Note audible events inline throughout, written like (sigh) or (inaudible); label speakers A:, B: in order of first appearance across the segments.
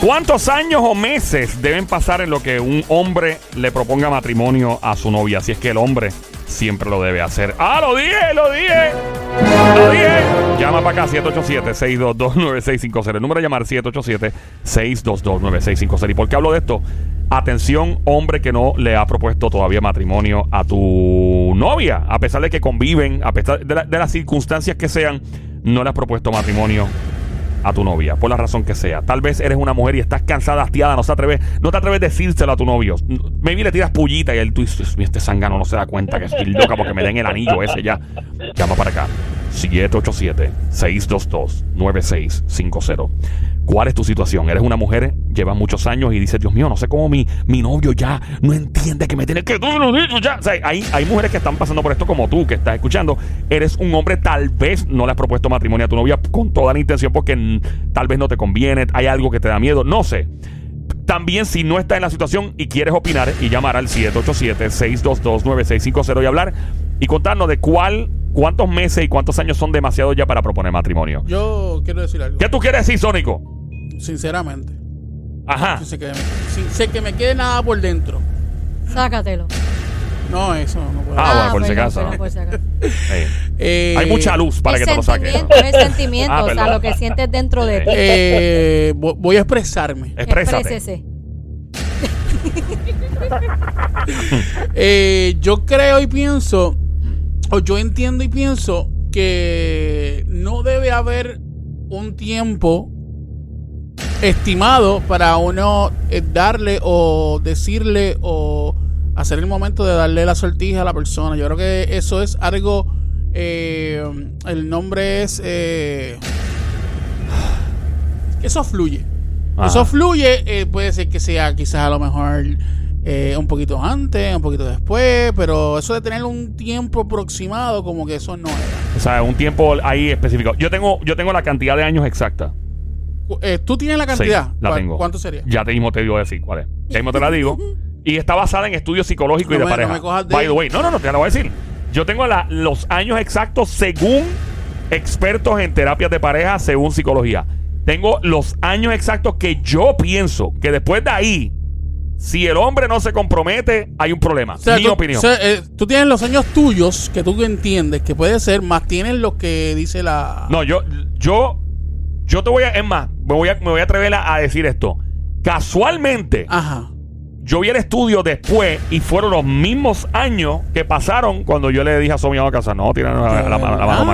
A: ¿Cuántos años o meses deben pasar en lo que un hombre le proponga matrimonio a su novia? Si es que el hombre siempre lo debe hacer. ¡Ah, lo dije! ¡Lo dije! ¡Lo dije! Llama para acá 787-622-9650. El número de llamar 787-622-9650. ¿Y por qué hablo de esto? Atención, hombre que no le ha propuesto todavía matrimonio a tu novia, a pesar de que conviven, a pesar de, la- de las circunstancias que sean, no le has propuesto matrimonio a tu novia, por la razón que sea. Tal vez eres una mujer y estás cansada, hastiada, no, se atreves, no te atreves a decírselo a tu novio. Maybe le tiras pullita y él, tú dices, "Mira, este zángano no se da cuenta que estoy loca porque me den el anillo ese ya. Llama para acá. 787-622-9650. ¿Cuál es tu situación? Eres una mujer, llevas muchos años y dices, Dios mío, no sé cómo mi, mi novio ya no entiende que me tiene que... Ya. O sea, hay, hay mujeres que están pasando por esto como tú, que estás escuchando. Eres un hombre, tal vez no le has propuesto matrimonio a tu novia con toda la intención porque mm, tal vez no te conviene, hay algo que te da miedo, no sé. También si no estás en la situación y quieres opinar y llamar al 787-622-9650 y hablar y contarnos de cuál, cuántos meses y cuántos años son demasiados ya para proponer matrimonio.
B: Yo quiero decir algo.
A: ¿Qué tú quieres decir, Sónico?
B: Sinceramente.
A: Ajá.
B: Sin que, me, sin- sin que me quede nada por dentro.
C: Sácatelo.
B: No, eso no puedo.
A: Ah, bueno, por si
C: perdón,
A: acaso,
C: perdón,
A: ¿no?
C: por si acaso.
A: Eh,
B: Eh,
A: Hay mucha luz (laughs) para
C: es
A: que te lo saques.
C: sentimiento, es sentimiento,
A: (laughs) Ah,
C: o sea,
A: perdón.
C: lo que sientes dentro de ti.
B: eh, vo- voy a expresarme.
A: Exprésate.
C: Exprésese.
B: Eh, yo creo y pienso, o yo entiendo y pienso que no debe haber un tiempo estimado para uno eh, darle o decirle o hacer el momento de darle la sortija a la persona. Yo creo que eso es algo, eh, el nombre es... eh, eso fluye.
A: Ajá.
B: Eso fluye, eh, puede ser que sea quizás a lo mejor eh, un poquito antes, un poquito después, pero eso de tener un tiempo aproximado, como que eso no era.
A: O sea, un tiempo ahí específico. Yo tengo, yo tengo la cantidad de años exacta.
B: Cu- eh, ¿Tú tienes la
A: Sí,
B: cantidad?
A: la
B: ¿Cuál-
A: tengo.
B: ¿Cuánto sería?
A: Ya te mismo te digo decir cuál es. Ya mismo te la digo. Y está basada en estudios psicológicos y
B: No
A: de
B: me- no
A: pareja.
B: me cojas de-
A: By the way, no, no, no, te la voy a decir. Yo tengo la- los años exactos según expertos en terapias de pareja, según psicología. Tengo los años exactos que yo pienso que después de ahí, si el hombre no se compromete, hay un problema.
B: O sea,
A: Mi
B: tú,
A: opinión.
B: o sea, eh, tú tienes los años tuyos que tú entiendes que puede ser, más tienes lo que dice la...
A: No, yo, yo, yo te voy a, es más, me voy a, me voy a atrever a, a decir esto. Casualmente,
B: Ajá.
A: yo vi el estudio después y fueron los mismos años que pasaron cuando yo le dije a Somi a casa, no, tira la, la, la- la mano
B: Ah.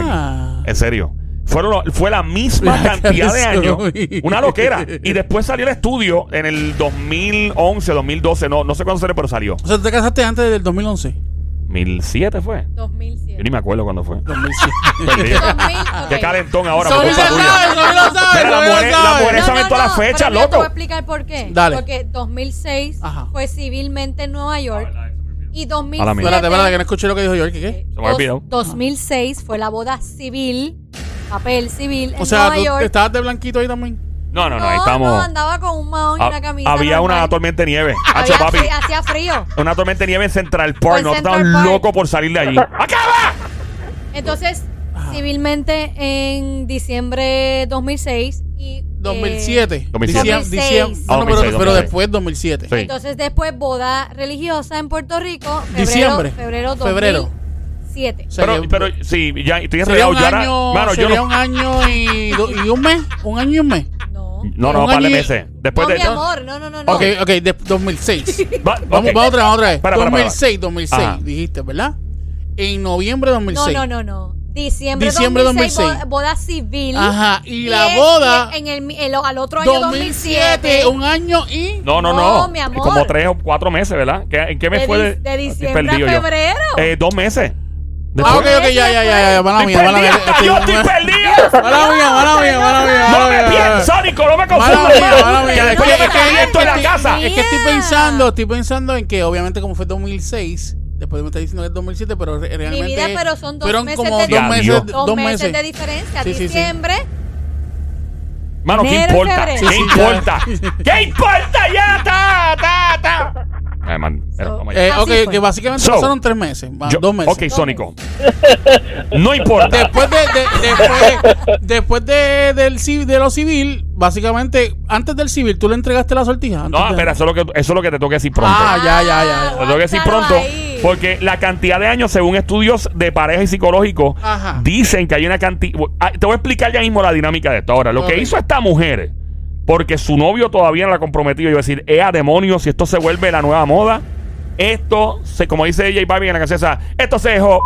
A: Maki". En serio. Fueron los- fue la misma
B: La
A: cantidad de
B: cara de
A: años.
B: Somi.
A: Una loquera. Y después salió el estudio en el 2011, 2012, no, no sé cuándo salió, pero salió.
B: O sea, tú te casaste antes del 2011.
A: 2007 fue. Yo
C: 2007.
A: ni me acuerdo cuándo fue. (laughs)
B: 2007.
A: Perdí.
C: 2000,
A: Qué
C: ok.
A: calentón ahora. por
B: Somi
A: culpa
B: se
A: tuya.
B: sabe, Somi lo sabe,
A: Pero la
B: Somi lo
A: mujer- la
B: sabe.
A: mujer- saben todas las fechas,
C: pero mira, Te
A: loco.
C: voy a explicar por qué.
B: Dale.
C: Porque 2006
B: Ajá.
C: fue civilmente en Nueva
A: Ah,
C: York y 2007
A: A la mierda.
B: Espérate, espérate, que no escuché lo que dijo York. ¿Qué?
C: Eh,
A: Se me olvidó.
C: dos- 2006 fue la boda civil, papel civil en
B: O sea,
C: Nueva
B: tú
C: York.
B: te estabas de blanquito ahí también.
A: No, no, no, ahí
C: no,
A: estamos.
C: andaba con un mahón y
A: Ha-
C: una camisa.
A: Ah, había
C: normal.
A: una tormenta de nieve. Hacho,
C: (laughs) Había
A: papi.
C: fri- Hacía frío.
A: Una tormenta de nieve en Central Park.
C: En
A: No
C: Central
A: estaba
C: Park.
A: loco por salir de allí.
B: (laughs)
A: ¡Acaba!
C: Entonces,
B: Ah.
C: civilmente en diciembre 2006 y eh,
B: 2007.
A: 2007.
B: Diciem- diciem-
C: 2006.
B: no, no, pero,
A: 2006,
B: pero
A: 2006.
B: después 2007.
A: Sí.
C: Entonces después boda religiosa en Puerto Rico, febrero,
B: Diciembre.
C: febrero
B: Febrero.
C: 2007.
B: O sea
A: Pero,
B: que-
A: pero sí, ya estoy
B: sería
A: enredado.
B: un
A: Yo ahora.
B: año,
A: Mano, yo
B: sería
A: no.
B: un año y, do- y un mes. Un año y un mes.
C: No.
A: No, no,
B: un
A: par de
B: año y-
A: meses. Después
C: no,
A: de.
C: mi amor, no, no, no, no.
B: Ok, ok, de 2006.
A: Va- (laughs)
B: Vamos,
A: ok.
B: vamos otra vez, otra vez.
A: Para, para, para, para.
B: 2006, 2006,
A: Ajá.
B: dijiste, ¿verdad? En noviembre de
C: No,
B: 2006.
C: no, no, no. Diciembre,
B: Diciembre
C: 2006,
B: 2006.
C: Boda, boda civil.
B: Ajá, y la
C: es-
B: boda-
C: En el, en lo- al otro año 2007.
B: 2007, un año y...
A: No, no, no.
C: No, mi amor.
A: Como tres o cuatro meses, ¿verdad? ¿Qué- ¿En qué mes
C: De
A: fue?
C: di- de diciembre
A: perdido
C: a
A: yo.
C: febrero.
A: Eh, dos meses.
B: Ah, ok,
A: Después-
B: ok, ya, ya, ya, ya. Mala
A: Estoy
B: mía, mala
A: perdida,
B: mía.
A: hasta yo estoy perdida.
B: Mala mía, mala mía, mala
A: No me
B: mía. mala mía, mala mía.
A: pienses, Sónico, no me
B: Mala mía, mala
A: confundas. Que
B: mía. Es
A: después
B: que-
A: yo me
B: es que-
A: caí esto en
B: es
A: la
B: que-
A: casa.
B: Es que estoy
C: Mía.
B: pensando, estoy pensando en que obviamente como fue 2006, después me está diciendo que es 2007, pero re- realmente...
C: Mi vida, pero son dos
B: fueron
C: meses
B: como
C: de-
B: dos
A: Ya,
B: meses,
A: Dios.
B: dos,
C: Dos, meses.
B: meses.
C: de diferencia.
B: Sí, sí, sí.
C: diciembre.
A: Mano, ¿qué
C: Enero,
A: importa? ¿Qué
C: febrero.
B: Sí, sí, ya.
A: importa? ¿Qué importa? Ya, ta, ta, ta. Además, era
C: So-
A: una mayor.
B: Eh,
C: Así
B: ok,
C: fue.
B: que básicamente
A: So,
B: pasaron tres meses, va,
A: Yo-
B: dos meses.
A: Ok, Sónico. No importa.
B: Después de, de- después, después de, del, ci- de lo civil, básicamente, antes del civil, tú le entregaste la sortija. Antes
A: No,
B: de-
A: espera, eso es lo que, eso es lo que te toque decir pronto.
B: Ah, ya, ya, ya,
A: Lo tengo que decir pronto,
C: aguántalo ahí.
A: porque la cantidad de años, según estudios de pareja y psicológicos,
B: Ajá.
A: dicen que hay una cantidad... Te voy a explicar ya mismo la dinámica de esto. Ahora, lo
B: Ok.
A: que hizo esta mujer, porque su novio todavía no la comprometió, iba a decir, ¡Ea, demonios! Si esto se vuelve la nueva moda, esto, se, como dice J Balvin en la canción esa, esto se dejó...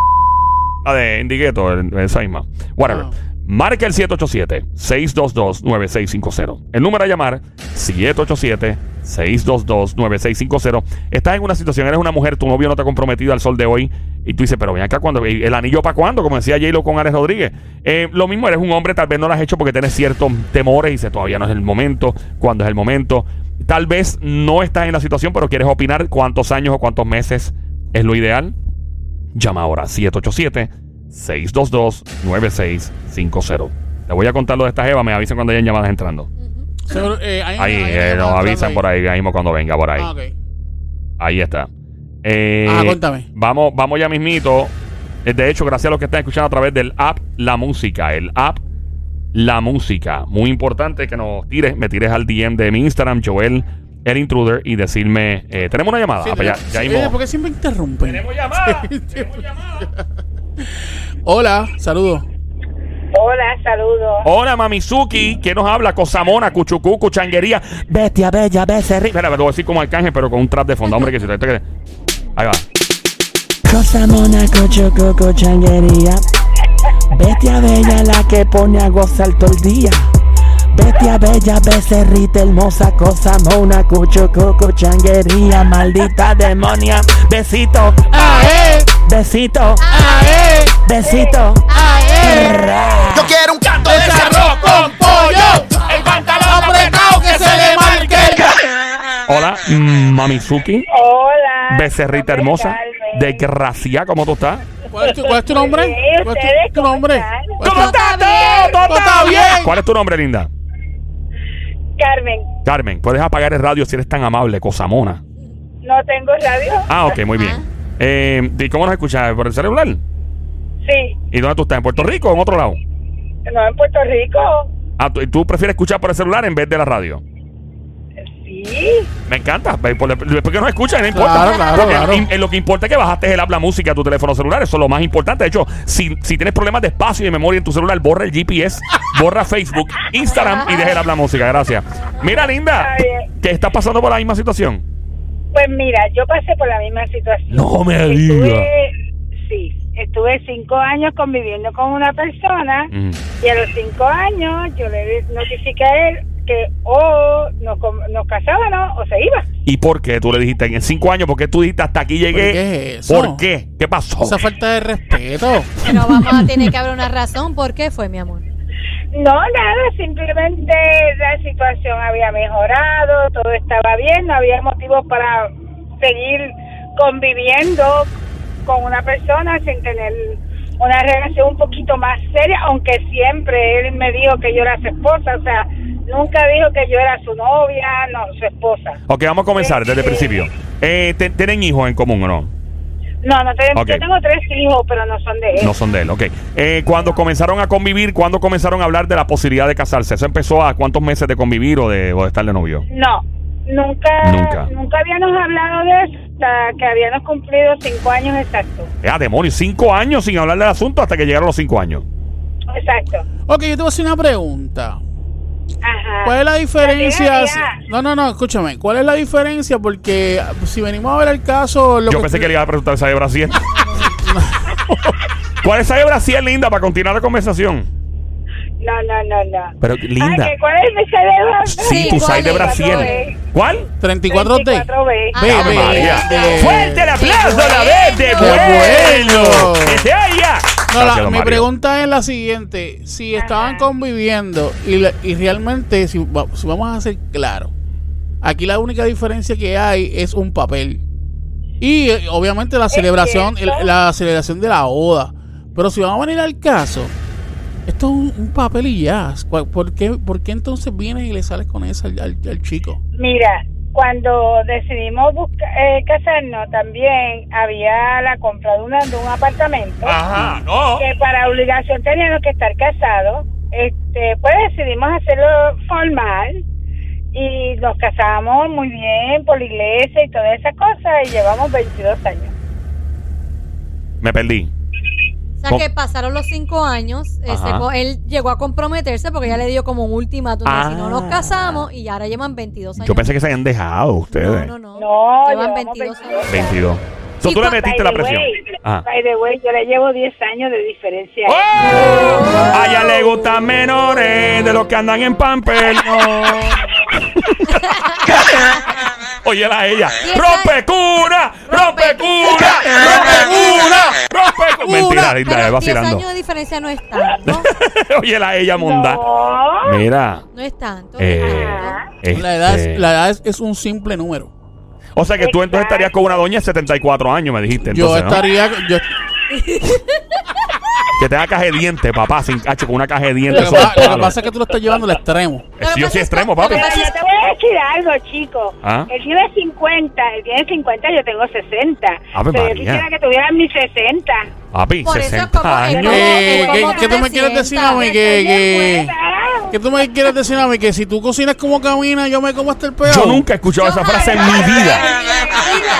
A: La Ah, de Indigueto, el- esa misma. Whatever.
B: Ah.
A: Marca el 787-622-9650. El número a llamar, 787-622-9650. Estás en una situación, eres una mujer, tu novio no te ha comprometido al sol de hoy. Y tú dices, pero ven acá, cuando ¿el anillo para cuándo? Como decía J-Lo con Ares Rodríguez. Eh, lo mismo, eres un hombre, tal vez no lo has hecho porque tienes ciertos temores y dices, todavía no es el momento, cuándo es el momento. Tal vez no estás en la situación, pero quieres opinar cuántos años o cuántos meses es lo ideal. Llama ahora 787-622-9650. Te voy a contar lo de esta jeva, me avisen cuando hayan llamadas entrando.
B: Seguro, eh, ahí,
A: Ahí,
B: ahí,
A: eh,
B: ahí,
A: nos
B: ahí,
A: avisan
B: ahí.
A: por ahí, ahí mismo cuando venga por ahí.
B: Ah, ok.
A: Ahí está. Eh,
B: Ah, cuéntame.
A: Vamos, vamos ya mismito. Eh, De hecho, gracias a los que están escuchando a través del app La Música. El app La Música. Muy importante que nos tires, me tires al DM de mi Instagram, Joel, el intruder, y decirme, eh, tenemos una llamada.
B: Sí,
A: Ah, pues ya-
B: tenemos-
A: ya
B: sí,
A: mismo.
B: eh, porque siempre interrumpen.
A: Tenemos llamada.
B: (laughs) Sí,
A: tenemos llamada.
B: Hola, saludos.
D: Hola, saludos.
A: Hola, Mamizuki. ¿Quién nos habla? Cosamona, Cuchucu, Cuchanguería. Bestia, bella, becerri. Espera, lo voy a decir como arcángel, pero con un trap de fondo. Hombre, que si te te- Ahí va.
E: Cosa mona, cocho, coco, changuería. Bestia bella, la que pone a gozar todo el día. Bestia bella, becerrita hermosa, cosa mona, cocho, coco, changuería. Maldita demonia. Besito,
B: ¡Ae!
E: besito,
B: ¡Ae!
E: besito.
B: ¡Ae!
F: Yo quiero un canto de ese arroz con pollo. El pantalón apretado que se le marque.
A: Hola, mm, Mamizuki.
D: Hola.
A: Becerrita
D: ¿Cómo
A: hermosa.
D: están?
A: Desgracia, ¿cómo tú estás?
B: ¿Cuál es tu, cuál es tu nombre?
D: Sí,
B: ¿Cuál es
D: ¿ustedes
B: tu, tu
D: cómo
B: nombre?
D: están?
B: ¿Cuál es tu-
C: está bien?
A: ¿Todo
B: está bien?
A: ¿Cuál es tu nombre, linda?
D: Carmen,
A: Carmen, puedes apagar el radio si eres tan amable, Cosamona.
D: ¿no tengo radio?
A: Ah, ok, muy bien. Eh, ¿Y cómo nos escuchas? ¿Por el celular?
D: Sí.
A: ¿Y dónde tú estás? ¿En Puerto Rico o en otro lado?
D: ¿No en Puerto Rico?
A: Ah, ¿tú, tú prefieres escuchar por el celular en vez de la radio?
D: Sí.
A: Me encanta. Ve, por- Después que nos escuchas, no importa.
B: Claro, claro,
A: Porque
B: claro.
A: en- en lo que importa es que bajaste el app, la música a tu teléfono celular. Eso es lo más importante. De hecho, si, si tienes problemas de espacio y de memoria en tu celular, borra el GPS, borra Facebook, Instagram y deja el app, la música. Gracias. Mira, linda,
D: Está bien.
A: que estás pasando por la misma situación.
D: Pues mira, yo pasé por la misma situación.
A: No me digas.
D: Estuve, sí, estuve cinco años conviviendo con una persona
A: Mm.
D: y a los cinco años yo le notifiqué a él que o nos, com- nos casábamos o se iba.
A: ¿Y por qué tú le dijiste en cinco años? ¿Por qué tú dijiste hasta aquí llegué?
B: ¿Pero qué es eso?
A: ¿Por qué? ¿Qué pasó?
B: Esa falta de respeto.
C: Pero vamos a tener que haber una razón. ¿Por qué fue, mi amor?
D: No, nada, simplemente la situación había mejorado, todo estaba bien, no había motivos para seguir conviviendo con una persona sin tener una relación un poquito más seria, aunque siempre él me dijo que yo era su esposa, o sea, nunca dijo que yo era su novia, no, su esposa.
A: Ok, vamos a comenzar desde el principio. Eh, ¿te- ¿Tienen hijos en común o no?
D: No, no tenemos,
A: Ok.
D: yo tengo tres hijos, pero no son de él.
A: No son de él, ok. Eh, cuando comenzaron a convivir, cuando comenzaron a hablar de la posibilidad de casarse? ¿Eso empezó a cuántos meses de convivir o de, o de estar de novio?
D: No, nunca,
A: Nunca.
D: nunca, habíamos hablado de eso hasta que habíamos cumplido cinco años exactos.
A: Ah, demonios, cinco años sin hablar del asunto hasta que llegaron los cinco años.
D: Exacto.
B: Ok, yo te voy a hacer una pregunta.
D: Ajá.
B: ¿Cuál es la diferencia?
D: Mira, mira.
B: No, no, no, escúchame. ¿Cuál es la diferencia? Porque ah, si venimos a ver el caso. Lo
A: Yo pensé que le iba a preguntar esa de
B: (laughs)
A: Brasil. ¿Cuál es esa de Brasil, linda, para continuar la conversación?
D: No, no, no, no.
A: Pero, linda.
D: Ay, que ¿Cuál es mi cerebro?
A: Sí,
C: Sí,
A: tu
C: ¿cuál
A: side de
C: es?
A: Brasil. ¿Cuál?
B: 34 D.
D: 24B.
C: Ah,
B: Ve,
A: Ave
B: ve,
A: María.
B: ve.
A: Fuerte el aplauso
C: ¡Qué
A: la vez de
C: bueno!
A: bueno.
B: ¡Qué bueno!
A: Que se haya.
B: No,
A: Gracias,
B: la,
A: don
B: mi
A: Mario.
B: pregunta es la siguiente. Si estaban conviviendo y, la- y realmente, si, va- si vamos a ser claros, aquí la única diferencia que hay es un papel. Y eh, obviamente la celebración, el-
D: cierto.
B: la celebración de la boda. Pero si vamos a venir al caso, esto es un, un papel y ya. ¿Cuál- ¿Por qué, por qué entonces vienes y le sales con esa al, al- al chico?
D: Mira, cuando decidimos busca- eh, casarnos también había la compra de, una, de un apartamento
B: Ah.
G: Ajá, no.
D: que para obligación teníamos que estar casados. Este, pues decidimos hacerlo formal y nos casamos muy bien por la iglesia y todas esas cosas y llevamos 22 años.
A: Me perdí.
C: O sea
A: Com-
C: que pasaron los cinco años, eh, se
A: Ajá.
C: co- él llegó a comprometerse porque ella le dio como un ultimátum de si no nos
A: Ah.
C: casamos y ahora llevan 22 años.
A: Yo pensé que se habían dejado ustedes.
C: No, no, no.
D: No,
C: llevan
D: llevamos
C: 22 años.
A: 22.
D: 22.
A: So,
C: Y
A: tú le
C: con-
A: metiste
D: By
A: la Ah.
D: the
A: presión.
D: way,
A: Ajá.
D: by the way, yo le llevo 10 años de diferencia.
A: ¡Oh! A ella le gustan menores de los que andan en pamper. Óyela a ella.
C: Y esa-
A: ¡Rompe cuna! ¡Rompe cuna! ¡Rompe cuna! ¡Rompe cuna! Mentira, linda,
C: pero 10
A: vacilando.
C: años de diferencia no es tanto.
A: (laughs) Óyela a ella, monda.
D: No.
A: Mira.
C: No es tanto. no es
A: Eh,
C: tanto.
B: La edad,
A: este,
B: es, la edad es, es un simple número.
A: O sea que tú entonces
D: Exacto.
A: estarías con una doña de 74 años, me dijiste.
B: yo
A: entonces, ¿no?
B: estaría. Yo,
A: Que te da caja de dientes, papá, sin cacho, con una caja de
B: lo,
A: dientes.
B: que
A: sobre
B: pa-
A: el
B: lo que
A: palo.
B: pasa es que tú lo estás llevando al extremo.
A: Eh, sí, yo sí
C: Lo que pasa es
A: extremo,
C: que-
A: papi.
C: lo que
D: Pero
C: pasa
D: yo
C: es-
D: te voy a decir algo, chico.
A: Ah.
D: Él tiene 50, él tiene 50, yo tengo 60.
A: Ave
D: Pero
A: María.
D: yo quisiera que tuvieran mis 60.
A: Papi,
C: Por eso es
A: 60
C: como- es
A: años.
C: como-
B: Eh,
C: ¿cómo
B: ¿qué-
C: tú
B: qué tú
C: te
B: me quieres decir a mí?
C: sientas?
B: Que, que,
D: Ah,
B: ¿Qué tú me quieres decir a mí? Que si tú cocinas como caminas, yo me como hasta el peor.
A: Yo nunca he escuchado esa frase en mi vida.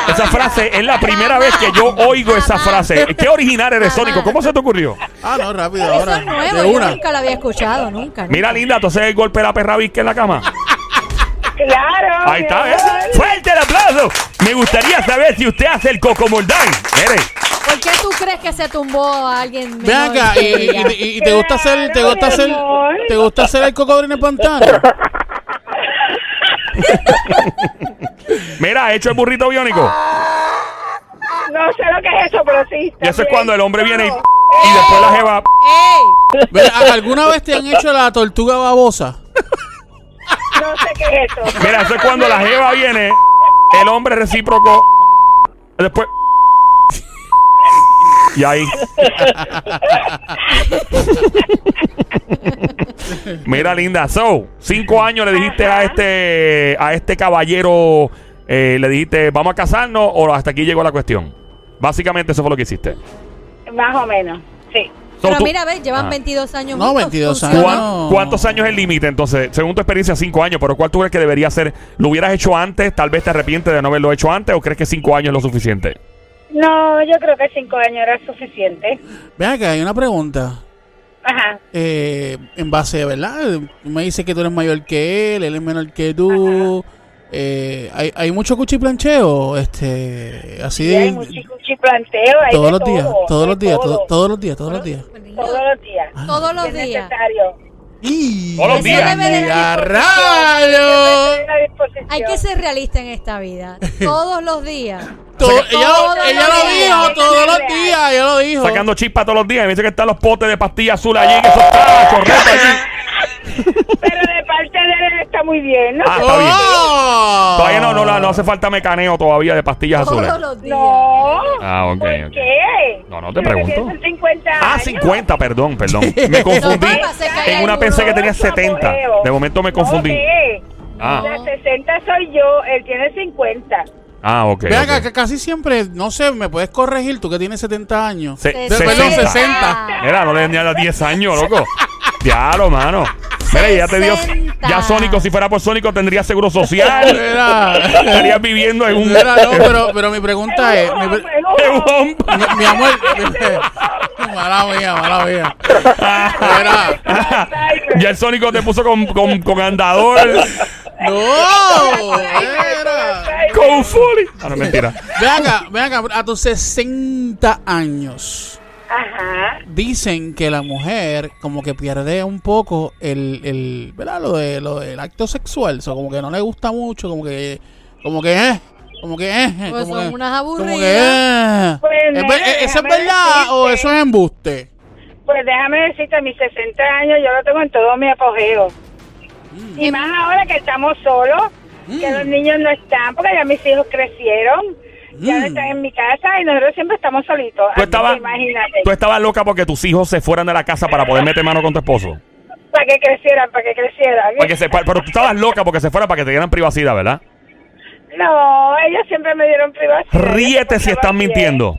A: Esa frase es la primera vez que yo oigo esa frase. Qué original eres, Sónico. ¿Cómo se te ocurrió?
B: Ah, no, rápido,
C: Eso
B: ahora.
C: es nuevo,
B: de
C: yo
B: una.
C: nunca lo había escuchado, nunca. nunca.
A: Mira, linda, entonces el golpe de la perra visca en la cama.
D: Claro.
A: Ahí está,
D: mi amor.
A: ¿ves? ¡Fuerte el aplauso! Me gustaría saber si usted hace el cocomordán. Mire,
C: ¿Por qué tú crees que se tumbó a alguien?
B: Ven
C: menor
B: acá, y,
C: que
B: y-
C: ella?
B: y- y te gusta hacer, te gusta hacer, te gusta hacer el cocodrilo en el pantano.
A: mira, ¿ha hecho el burrito biónico.
D: No sé lo que es eso, pero sí.
A: Y eso es
D: también.
A: cuando el hombre viene y,
D: No.
A: y después la jeva.
C: ¡Ey!
B: Ven, ¿a- ¿Alguna vez te han hecho la tortuga babosa?
D: No sé qué es
A: (laughs)
D: eso.
A: Mira, eso es cuando la jeva viene, el hombre recíproco. Después. Y ahí. Mira, linda. So, cinco años le dijiste a este a este caballero, eh, le dijiste, vamos a casarnos o hasta aquí llegó la cuestión. Básicamente eso fue lo que hiciste.
D: Más o menos, sí.
A: So,
C: Pero
A: tú- Ah.
C: mira, ves, llevan
A: Ajá.
C: 22 años.
B: No,
C: juntos,
B: 22 años.
A: ¿Cuán-
C: funciona.
B: No.
A: ¿Cuántos años es el límite entonces? Según tu experiencia, cinco años, pero ¿cuál tú crees que debería ser? ¿Lo hubieras hecho antes? ¿Tal vez te arrepientes de no haberlo hecho antes? ¿O crees que cinco años es lo suficiente?
D: No, yo creo que cinco años era suficiente.
B: Ven acá, hay una pregunta.
D: Ajá.
B: Eh, en base, ¿verdad? Tú Me dice que tú eres mayor que él, él es menor que tú. Eh, hay, hay mucho cuchiplancheo, este, así
D: Y hay
B: de,
D: mucho cuchi planteo. hay
B: todos
D: de
B: los días,
D: todo,
B: todos
D: de
B: los días,
D: todo.
B: todo- Ah. todos los días, todos los días.
D: Todos los días.
C: Todos los
D: es
C: días.
D: necesario.
B: Y
A: Todos los
B: ¡Y
A: días.
B: a rayos!
D: Tener a disposición.
C: Hay que ser realista en esta
A: (laughs)
C: vida. Todos los días.
B: To-
C: Todos
B: ella ella
C: los
B: lo
C: días.
B: dijo todos los días, ella lo dijo.
A: Sacando chispa todos los días. Me dice que están los potes de pastilla azul allí. Que eso está correcto allí.
D: Pero de parte de él está muy bien, ¿no?
A: Ah, está bien.
B: ¡Oh!
A: Todavía no, no, no, no hace falta mecaneo todavía de pastillas
C: Todos
A: azules.
C: los días.
D: No.
A: Ah, ok,
D: ¿Por
A: ok.
D: qué?
A: No, no, te
D: Pero
A: pregunto.
D: que son 50
A: Ah,
D: años.
A: 50, perdón, perdón. Me confundí.
C: No, papá, se cae
A: En una
C: alguno.
A: pensé que tenía
D: Mucho
A: 70.
D: apogeo.
A: De momento me
D: No,
A: confundí.
D: ve.
A: Ah,
D: La 60 soy yo, él tiene 50.
A: ah, ok.
B: Ve acá,
A: ok.
B: que casi siempre, no sé, me puedes corregir, tú que tienes 70 años.
A: Se-
B: De- perdón, 60.
A: Mira, no le ni a los 10 años, loco. Diablo, mano. Mira, ya te dio.
C: 60.
A: Ya Sónico, si fuera por Sónico, tendría seguro social.
B: Mira, (laughs)
A: Estarías viviendo en un.
B: mira, no, pero, pero mi pregunta es,
D: Es un
B: mi,
D: hombre,
B: pre-
D: es un
A: en
D: hombre.
A: un-
B: mi- mi amor, (laughs) mala mía, mala mía. Mira,
A: (laughs) ya el Sónico te puso con, con, con andador,
B: no, mira.
A: con fully. Ah, no, mentira.
B: Ve acá, ve acá, a tus 60 años.
D: Ajá.
B: dicen que la mujer como que pierde un poco el, el ¿verdad? Lo, de, lo del acto sexual, o sea, como que no le gusta mucho, como que, como que, eh, como que, eh,
C: Pues
B: como
C: son
B: que,
C: unas
B: como que, eh.
C: aburridas.
D: Pues,
B: ¿Es ver-
D: nena,
B: ¿Eso es
D: déjame
B: verdad o
D: decirte.
B: eso es embuste?
D: Pues déjame decirte, a mis 60 años yo lo tengo en todo mi apogeo.
A: Mm.
D: Y más ahora que estamos solos, que los niños no están, porque ya mis hijos crecieron, ya
B: Mm.
D: no están en mi casa y nosotros siempre estamos solitos. Así
A: Tú
D: que
A: estabas,
D: imagínate,
A: tú estabas loca porque tus hijos se fueran de la casa para poder meter mano con tu esposo.
D: para que crecieran, para que crecieran.
A: Para que se- pa- pero tú estabas loca porque se fuera para que te dieran privacidad, ¿verdad?
D: No, ellos siempre me dieron privacidad.
A: Ríete si estás
D: están
A: mintiendo.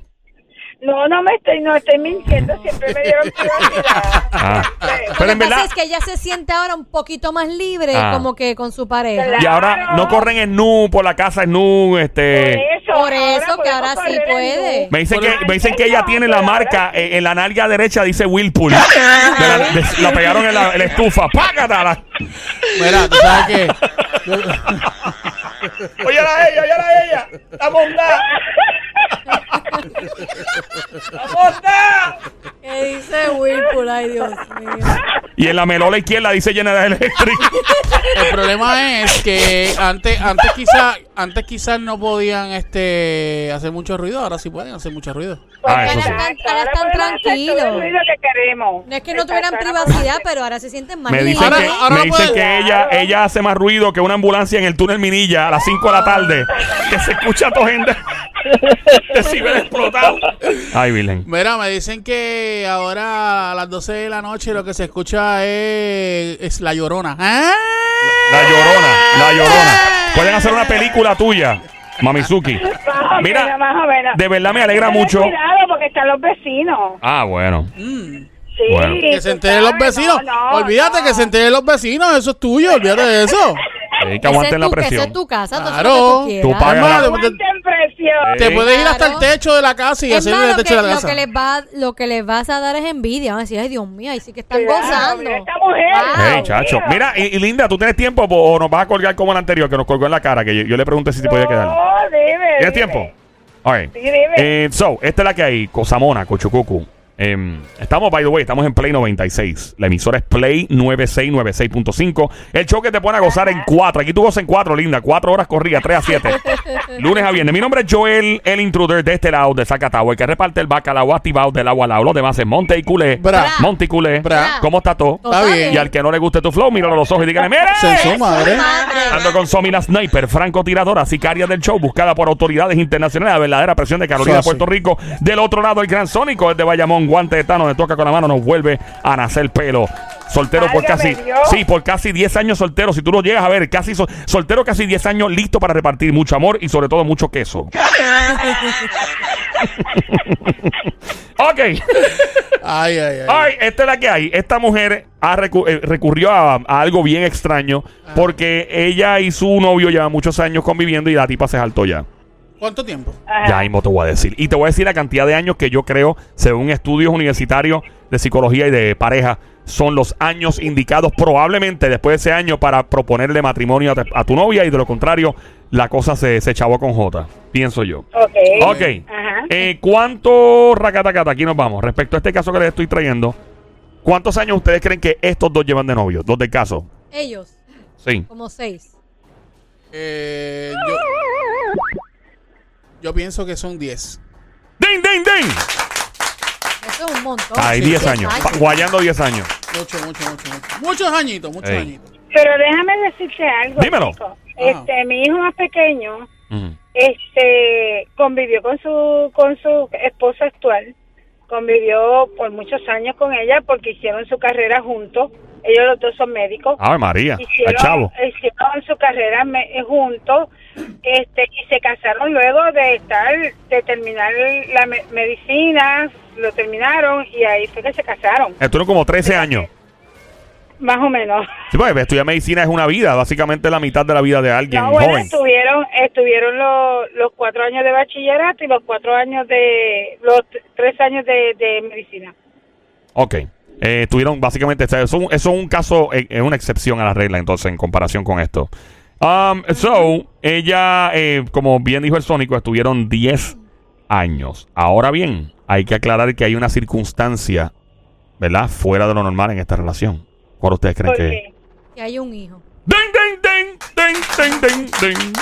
D: No, no me estoy, no estoy mintiendo, siempre me dieron privacidad.
A: (laughs) Ah.
D: Sí.
A: Pero en
C: Lo que pasa
A: verdad.
C: es que ella se siente ahora un poquito más libre,
A: Ah.
C: como que con su pareja.
D: Claro.
A: Y ahora no corren en nu por la casa en nu, este.
C: Por eso que
D: podemos
C: ahora sí
D: correr en
C: puede.
D: luz.
A: Me dicen,
B: Por
A: que,
B: eso.
A: me dicen que ella tiene la marca eh, en la nalga derecha, dice Whirlpool. De la, de- la pegaron en la, en la estufa. ¡Pácata! La-
B: Mira, tú sabes que. yo-
A: Oye, era ella, oye, era ella. La bondad. La bondad.
C: ¿Qué dice Whirlpool? Ay, Dios mío.
A: Y en la melola izquierda dice General
B: (laughs)
A: Electric.
B: el problema es que antes, antes quizás antes quizás no podían este hacer mucho ruido, ahora sí pueden hacer mucho ruido.
D: Porque
A: Ah, eso sí.
D: ahora están-
C: Ahora están
D: podemos hacer todo el
C: tranquilos.
D: ruido que queremos.
C: No es que no tuvieran
D: Exacto, ahora
C: privacidad, pero ahora se sienten más
A: Me dicen
C: libres.
B: Ahora-
A: que, me
B: ahora no
A: dicen
B: puede.
A: que ella, ella hace más ruido que una ambulancia en el túnel Minilla a las 5 de la tarde. Que se escucha a tu gente. (laughs) Decibel explotado. Ay, Virgen.
B: Mira, me dicen que ahora a las 12 de la noche lo que se escucha es, es la llorona. ¡Ah!
A: La llorona, la llorona. Pueden hacer una película tuya, Mamizuki.
D: Más o
A: Mira,
D: menos, más o menos.
A: de verdad me alegra
D: Ten
A: mucho.
D: Cuidado porque están los vecinos.
A: Ah, bueno.
D: Sí,
A: Bueno.
B: Que se
D: tú
B: enteren los
D: sabes,
B: vecinos.
D: no, no,
B: olvídate
D: no.
B: que se enteren los vecinos, eso es tuyo, olvídate de eso.
A: Hay que
C: Esa es
A: aguanten la
C: tu- Esa es
A: presión.
C: tu casa, entonces
B: Claro.
C: lo que tú quieras.
A: Tú pagas.
B: Además,
A: la-
B: te-
D: (laughs) Aguanten presión.
B: te
A: Sí.
B: puedes ir hasta el
C: Claro.
B: techo de la casa y
C: Es
B: hacerle
C: más,
B: el
C: lo
B: techo
C: que,
B: de la
C: lo,
B: casa.
C: que les va, lo que les vas a dar es envidia. Van a decir, ay, Dios mío, ahí sí que están
D: Cuidado,
C: gozando.
D: mira esta mujer.
C: Wow.
A: Hey, chacho. Mira, y, y Linda, ¿tú tienes tiempo po- o nos vas a colgar como el anterior que nos colgó en la cara? Que yo, yo le pregunté si te podía quedar.
D: No, dime.
A: ¿Tienes
D: dime.
A: tiempo? All right.
D: Sí, dime.
A: Eh, so, esta es la que hay, Cosamona, Cochucucu. Em, estamos, by the way, estamos en Play 96. La emisora es Play 9696.5. El show que te pone a gozar en 4. Aquí tú gozas en 4, linda. 4 horas corría, 3 a
D: (laughs)
A: 7. Lunes a viernes. Mi nombre es Joel, el intruder de este lado, de Zacatau, el que reparte el bacalao activado del agua al lado. Los demás es Monte y Culé.
B: Bra.
A: Monte y Culé.
B: Bra.
A: ¿Cómo está todo?
C: Todo
B: Está bien.
A: Y al que no le guste tu flow, míralo a los ojos y dígale, ¡Mira!
B: Se en su madre.
A: Ando con Somi la sniper, francotiradora, sicaria del show, buscada por autoridades internacionales, la verdadera presión de Carolina,
B: Eso así.
A: Puerto Rico. Del otro lado, el gran sónico, el de Bayamón, guante de Tano, le toca con la mano, nos vuelve a nacer pelo. Soltero por
D: Válgame
A: casi,
D: Dios.
A: sí, por casi 10 años soltero. Si tú lo llegas a ver, casi sol- soltero, casi 10 años, listo para repartir mucho amor y sobre todo mucho
D: (laughs)
A: queso. ok.
B: Ay, ay, ay.
A: Ay, esta es la que hay. Esta mujer ha recu- eh, recurrió a, a algo bien extraño porque ella y su novio llevan muchos años conviviendo y la tipa se saltó ya.
B: ¿Cuánto tiempo?
D: Ajá.
A: Ya mismo te voy a decir. Y te voy a decir la cantidad de años que yo creo, según estudios universitarios de psicología y de pareja, son los años indicados probablemente después de ese año para proponerle matrimonio a, te- a tu novia y de lo contrario, la cosa se, se chavó con J. Pienso yo.
D: Ok.
A: Ok.
D: Ajá.
A: Eh, ¿Cuánto, racatacata, aquí nos vamos? Respecto a este caso que les estoy trayendo, ¿cuántos años ustedes creen que estos dos llevan de novio? Dos del caso.
C: Ellos,
A: Sí.
C: como seis.
B: Eh, yo, yo pienso que son 10.
A: ¡Ding, ding, ding!
C: Eso es un montón.
A: Hay
B: sí,
A: 10
B: diez
A: años. Pa- Guayando 10 años.
B: Mucho, mucho, mucho, mucho. Muchos añitos, muchos
A: Ey.
B: añitos.
D: Pero déjame decirte algo.
A: Dímelo.
D: chico. Este, mi hijo más pequeño,
A: Ujú.
D: este, convivió con su, con su esposa actual. Convivió por muchos años con ella porque hicieron su carrera juntos. Ellos los dos son médicos.
A: Ave María. Al
D: hicieron,
A: Ah, chavo.
D: hicieron su carrera me- eh, juntos este, y se casaron luego de estar de terminar la me- medicina, lo terminaron y ahí fue que se casaron,
A: Estuvieron como 13 años.
D: más o menos.
A: Sí, pues, estudiar medicina es una vida, básicamente la mitad de la vida de alguien
D: No, bueno,
A: joven.
D: estuvieron, estuvieron los, los cuatro años de bachillerato y los cuatro años de, los t- tres años de, de medicina.
A: Ok. Eh, estuvieron básicamente. o sea, Eso, eso es un caso, eh, es una excepción a la regla, entonces, en comparación con esto. Um, so, ella, eh, como bien dijo el Sónico, estuvieron 10 años. Ahora bien, hay que aclarar que hay una circunstancia, ¿verdad?, fuera de lo normal en esta relación. ¿Cuál ustedes creen que
D: Porque
A: es?
C: Que hay un hijo.
A: ¡Ding, ding, ding, ding, ding, ding, ding!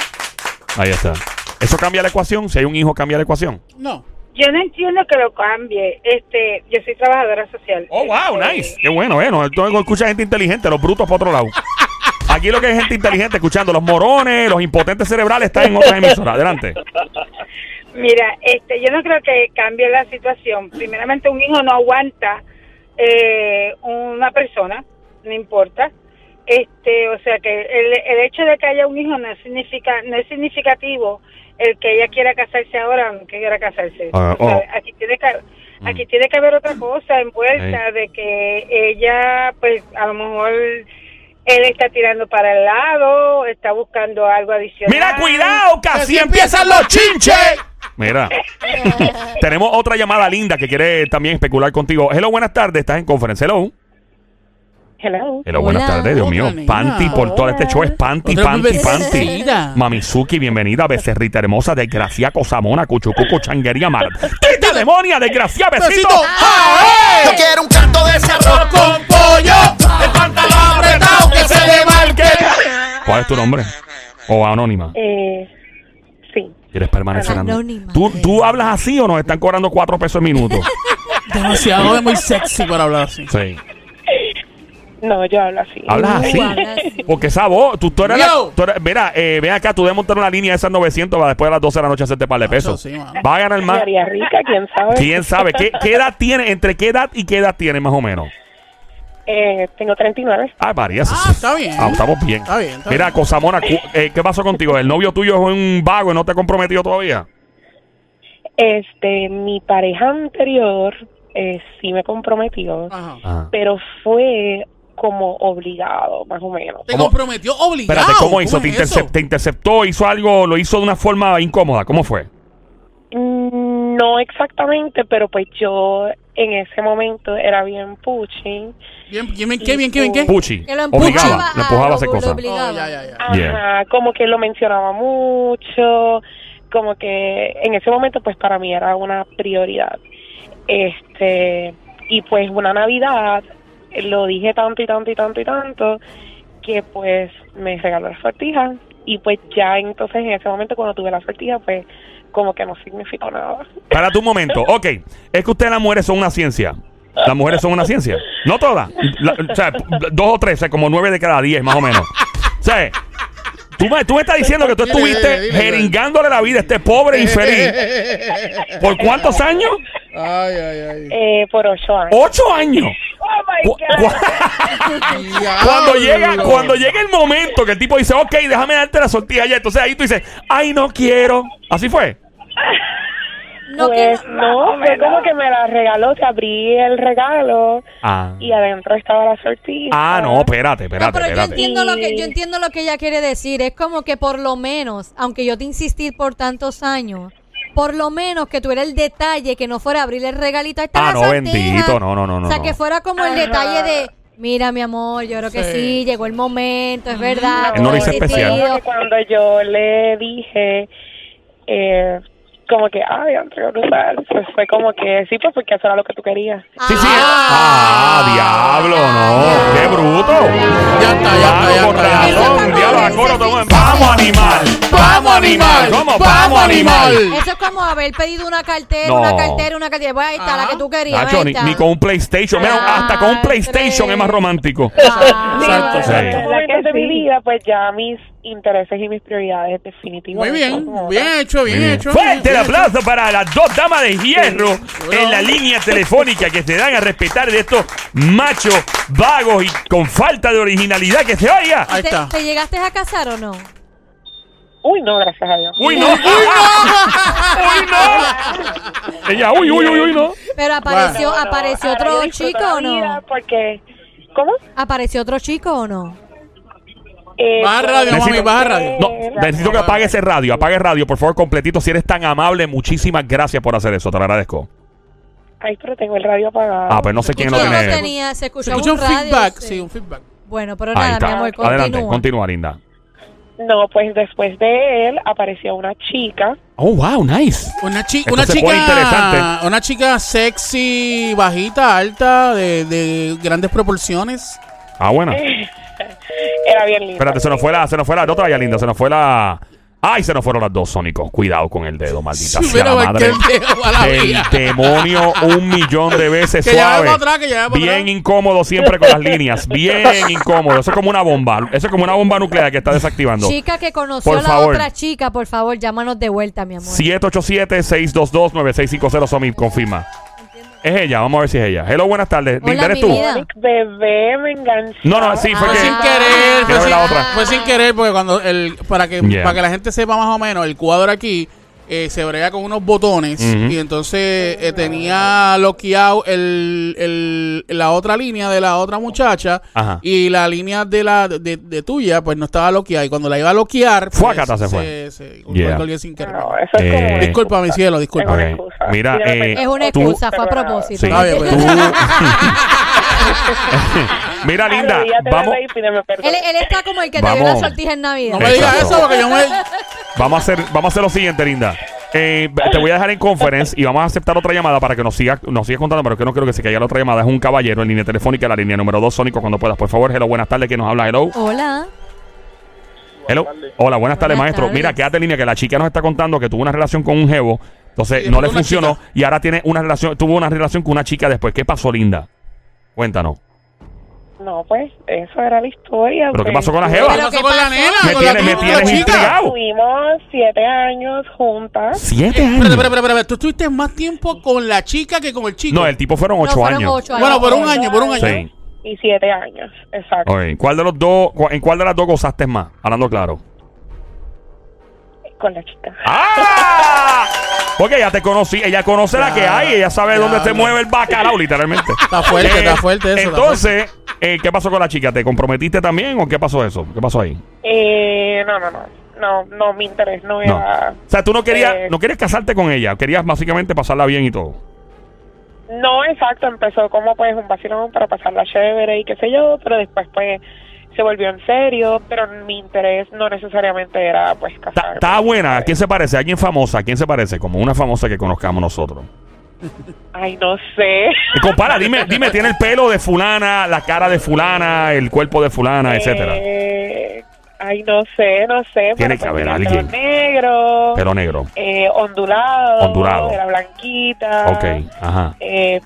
A: Ahí está. ¿Eso cambia la ecuación? Si hay un hijo, cambia la ecuación.
B: No.
D: yo no entiendo que lo cambie. Este, yo soy trabajadora social.
A: Oh, wow,
D: Este,
A: nice. Qué bueno, bueno. Entonces escucha gente inteligente, los brutos por otro lado. Aquí lo que hay gente inteligente escuchando, los morones, los impotentes cerebrales están en otras emisoras. Adelante.
D: Mira, este, yo no creo que cambie la situación. Primeramente, un hijo no aguanta eh, una persona, no importa.
H: Este, o sea que el, el hecho de que haya un hijo no es significa no es significativo el que ella quiera casarse ahora o no quiera casarse.
A: Ah,
H: O sea,
A: oh. Mm.
H: aquí tiene que aquí tiene que haber otra cosa envuelta
A: Ey.
H: de que ella pues a lo mejor él está tirando para el lado, está buscando algo adicional.
A: Mira, cuidado, que así empiezan los chinches. Mira, tenemos otra llamada linda que quiere también especular contigo. Hello, buenas tardes, estás en conferencia. Hello.
H: Hello.
A: Hello,
C: Hola.
A: buenas tardes, Dios
B: Hola,
A: mío.
B: nena.
A: Panty por todo este show es panty,
B: Otra
A: panty, panty.
B: bebecita.
A: Mamizuki, bienvenida, becerrita hermosa, desgracia, cosamona, cuchucuco, changuería, mar. ¡Tita demonia, desgracia, besito!
B: Besito.
F: Yo quiero un canto de ese arroz con pollo, el pantalón apretado que se le marque.
A: ¿Cuál es tu nombre? O anónima.
H: Eh, sí.
A: ¿Quieres permanecer anónima?
C: Anónima.
A: ¿Tú, ¿Tú hablas así o nos están cobrando cuatro pesos el minuto?
B: Demasiado de muy sexy para hablar así.
A: Sí.
H: No, yo hablo así.
A: Hablas así.
C: hablas así.
A: Porque esa voz, tú, tú eres la-
B: Yo.
A: tú eres- mira, eh, ven acá, tú debes montar una línea de esas 900 para después de las 12 de la noche hacerte par de
B: Eso
A: pesos.
B: sí, mano.
A: Va a ganar más.
H: Rica, quién sabe.
A: ¿Quién sabe? ¿Qué, qué edad tiene? ¿Entre qué edad y qué edad tiene más o menos?
H: Eh, tengo 39.
A: Ah, varía. eso
B: Ah,
A: sí.
B: está bien.
A: Ah, estamos bien.
B: Está bien, está
A: mira,
B: bien.
A: Cosamona, cu- eh, ¿qué pasó contigo? ¿El novio tuyo es un vago y no te ha comprometido todavía?
D: Este, mi pareja anterior eh, sí me comprometió,
B: Ajá.
A: Ah.
D: pero fue como obligado, más o menos.
B: Te
A: ¿Cómo?
B: comprometió obligado.
A: Espérate, ¿cómo hizo?
B: es
A: ¿Te,
B: eso?
A: intercep- te interceptó? ¿Hizo algo? ¿Lo hizo de una forma incómoda? ¿Cómo fue?
D: Mm, No exactamente, pero pues yo en ese momento era bien pushing.
B: Bien, bien, bien, qué, bien, qué, bien, qué.
A: Puchi.
C: Que lo
A: Obligaba.
C: empujaba.
A: Lo empujaba a hacer
C: Lo- lo
A: cosas.
C: obligaba.
B: Oh, ya, ya, ya.
D: Ajá,
A: Yeah.
D: como que lo mencionaba mucho, como que en ese momento pues para mí era una prioridad. Este, y pues una Navidad lo dije tanto y tanto y tanto y tanto que pues me regaló la sortija y pues ya entonces en ese momento cuando tuve la sortija pues como que no significó nada.
A: Para tu momento. Ok. Es que ustedes las mujeres son una ciencia. Las mujeres son una ciencia. No todas. La- o sea, dos o tres. o sea, como nueve de cada diez, más o menos. O sea, tú me, tú me estás diciendo que tú
B: Dile, dile,
A: estuviste
B: dile, dile.
A: jeringándole la vida a este pobre infeliz. ¿Por cuántos años?
B: Ay, ay, ay.
D: Eh, por ocho años.
A: Ocho años.
H: Oh my
A: Cu-
D: (laughs)
A: cu- Cuando llega,
B: Diablo.
A: cuando llega el momento que el tipo dice, ok, déjame darte la sortija ya. Entonces ahí tú dices, ay, no quiero. Así fue.
C: No, que
D: pues no, fue como que me la regaló, te abrí el regalo
A: Ah,
D: y adentro estaba la sortija.
A: ah no, espérate,
C: No,
A: espérate,
C: pero yo
A: espérate.
C: entiendo, lo que, yo entiendo lo que ella quiere decir. Es como que por lo menos, aunque yo te insistí por tantos años, por lo menos que tuviera el detalle que no fuera abrir el regalito. Ahí está
A: Ah,
C: la
A: no,
C: sortija.
A: bendito, no, no, no, no,
C: O sea,
A: no.
C: que fuera como el detalle de, mira, mi amor, yo creo que
B: Sí.
C: sí, llegó el momento, es verdad.
A: Él no lo
C: hemos
A: hizo especial.
D: Recuerdo
C: insistido.
D: que cuando yo le dije, eh, como que, "Ah, ay, Andrea, no sabes", pues fue como que, sí, pues porque eso era lo que tú querías.
A: Sí, sí.
B: Ah.
A: Ah, diablo, no. Qué bruto.
B: Ya está, ya está, ya
A: Claro, con
B: está, ya está.
A: razón. Diablo, a coro, todo- Vamos, animal.
B: ¡Vamos, animal!
A: ¿Cómo?
B: ¡Vamos, animal!
C: Eso es como haber pedido una cartera,
A: No.
C: una cartera, una cartera. Bueno, ahí está, la que tú querías.
A: Nacho,
C: ahí
A: ni,
C: está.
A: ni con un PlayStation. Mira,
C: Ah,
A: hasta con un
C: tres.
A: PlayStation es más romántico.
C: Ah.
B: Exacto,
D: Y en
A: sí.
D: estos momentos de mi vida, pues ya mis intereses y mis prioridades
B: Muy
D: definitivamente. son
B: bien,
D: como
B: bien
D: otras.
B: hecho, bien,
A: Muy bien.
B: hecho.
A: Fuerte
B: bien
A: el
B: (laughs) hecho.
A: aplauso para las dos damas de hierro
B: Bueno.
A: en la línea telefónica que se dan a respetar de estos machos vagos y con falta de originalidad que se oiga.
B: Ahí
C: ¿Te,
B: está.
C: te llegaste a casar o no?
D: Uy, no, gracias a Dios.
A: Uy, no. Uy, no. Ella, uy, uy, uy, uy, no.
C: Pero apareció,
D: Ah, No, no,
C: apareció
D: ahora yo
C: otro
D: disfruto
C: chico
D: la
C: o no?
D: vida Porque, ¿cómo?
C: ¿Apareció otro chico o no?
D: Eh,
B: Baja
D: pues,
B: radio, mami,
A: Necesito-
B: baja radio.
A: No,
D: Eh,
A: necesito que apague ese radio, apague el radio, por favor, completito. Si eres tan amable, muchísimas gracias por hacer eso, te lo agradezco.
D: Ay, pero tengo el radio apagado.
A: Ah, pues no sé quién lo
B: Escucha,
C: no
A: tiene.
C: tenía, se escuchó
B: Se escucha un
C: radio,
B: feedback,
C: sí.
B: sí, un feedback.
C: Bueno, pero
A: Ahí
C: nada, mi
A: está.
C: amor,
A: Adelante,
C: continúa.
A: continúa, linda.
D: No, pues después de él apareció una chica.
A: Oh, wow, nice.
B: Una, chi-
A: Esto
B: una
A: se pone
B: chica
A: interesante.
B: una chica sexy, bajita, alta, de, de grandes proporciones.
A: Ah, bueno.
D: Era bien linda.
A: Espérate, se nos fue la, se nos fue la, no te vayas, linda, se nos fue la. Ay, se nos fueron las dos, Sónico. Cuidado con el dedo, maldita
B: Si
A: sea
B: hubiera
A: la madre.
B: cualquier dedo a la
A: El
B: vida.
A: demonio un millón de veces
B: Que ya
A: suave.
B: vamos atrás, que ya vamos
A: Bien
B: atrás.
A: incómodo siempre con las líneas. Bien incómodo. Eso es como una bomba. Eso es como una bomba nuclear que está desactivando.
C: Chica que conoció
A: Por
C: a la
A: favor.
C: otra chica, por favor, llámanos de vuelta, mi amor.
A: 787-622-9650, Somit, confirma. Es ella, vamos a ver si es ella. Hello, buenas tardes.
C: Hola,
A: Linda, ¿eres
C: mi
A: tú?
C: vida.
D: Bebé, me enganchó.
A: No, no, sí, fue
B: Fue
A: que.
C: Ah.
B: sin querer, fue
A: Quiero ver
B: sin,
A: la otra.
B: fue sin querer, porque cuando el, para que
A: Yeah.
B: para que la gente sepa más o menos, el cuadro aquí eh, se brega con unos botones
A: Ujú.
B: y entonces eh, tenía loqueado el, el- la otra línea de la otra muchacha
A: Ajá.
B: y la línea de la de, de tuya pues no estaba loqueada y cuando la iba a loquear pues,
A: Fuácata se fue.
B: se-
A: Yeah.
B: colgué sin querer.
D: No, eso es como.
A: Eh,
B: Disculpa, mi cielo, disculpa.
D: Es una
A: Ok.
D: excusa.
A: Mira,
D: Yo no
A: eh,
D: pensé-
C: Es una
A: Tú-
C: excusa, fue a
D: Pero-
C: propósito.
A: Sí.
B: Está bien, (laughs) pues.
A: Tú- Mira, Linda,
D: Arrodíllate,
A: vamos,
D: bebé, y pídeme perdón. Eh,
C: Él, él está como el que te dio
A: Vamos.
C: la sortija en Navidad.
B: No me digas
A: Exacto.
B: eso porque yo me
A: vamos, a hacer, vamos a hacer lo siguiente, Linda. Eh, te voy a dejar en conference y vamos a aceptar otra llamada para que nos sigas nos sigas contando, pero que no quiero que se caiga la otra llamada. Es un caballero en línea telefónica, la línea número 2, Sónico, cuando puedas. Por favor, hello, buenas tardes, que nos habla, hello.
C: Hola.
A: Hello. Hola, buenas tardes,
C: Buenas
A: maestro.
C: tardes.
A: Mira, quédate en línea que la chica nos está contando que tuvo una relación con un jevo, entonces
B: Sí,
A: no
B: fue
A: le
B: una
A: funcionó
B: chica.
A: y ahora tiene una relación, tuvo una relación con una chica después. ¿Qué pasó, Linda? Cuéntanos.
D: No, pues, eso era la historia.
A: ¿Pero qué
D: pues.
A: pasó con la
B: ¿Qué
A: jeva?
C: Pero
B: pasó
C: ¿qué
B: con la
C: pasó?
B: nena?
A: Me
B: con la-
A: tienes- me
B: con la
A: tienes
B: chica?
A: intrigado.
D: Tuvimos siete años juntas.
A: Siete
B: Espera, espera,
A: años.
B: espera, espera, tú estuviste más tiempo con la chica que con el chico.
A: No, el tipo fueron
C: No,
A: ocho
C: fueron
A: años.
C: ocho años.
B: Bueno, por un año, por un año.
A: Sí.
D: Y siete años, exacto.
A: Ok. ¿Cuál de los dos, cua- en cuál de las dos gozaste más? Hablando claro.
D: Con la chica.
A: ¡Ah! Porque ella te conocí, ella conoce la que
B: Ya,
A: hay, ella sabe
B: ya,
A: dónde se
B: ya.
A: mueve el bacalao, literalmente. Eh,
B: Está fuerte, está fuerte eso, está
A: Entonces, eh, ¿qué pasó con la chica? ¿Te comprometiste también o qué pasó eso? ¿Qué pasó ahí?
D: Eh, no, no, no. No, no, mi interés no
A: No.
D: era.
A: O sea, tú no querías,
D: Eh,
A: no querías casarte con ella, querías básicamente pasarla bien y todo.
D: No, exacto, empezó como pues un vacilón para pasarla chévere y qué sé yo, pero después pues se volvió en serio, pero mi interés no necesariamente era pues
A: Ta-
D: casarme.
A: Está buena, ¿a quién se parece? ¿A alguien famosa? ¿A quién se parece? Como una famosa que conozcamos nosotros.
D: Ay, no sé.
A: Y compara,
D: (laughs)
A: dime, dime, tiene el pelo de fulana, la cara de fulana, el cuerpo de fulana, (laughs) etcétera.
D: Eh, ay, no sé, no sé.
A: Tiene
D: pero,
A: que haber
D: pues, tenía el
A: alguien.
D: pelo negro,
A: Pelo negro.
D: eh, ondulado,
A: Ondulado.
D: era blanquita.
A: Ok, ajá.
D: eh,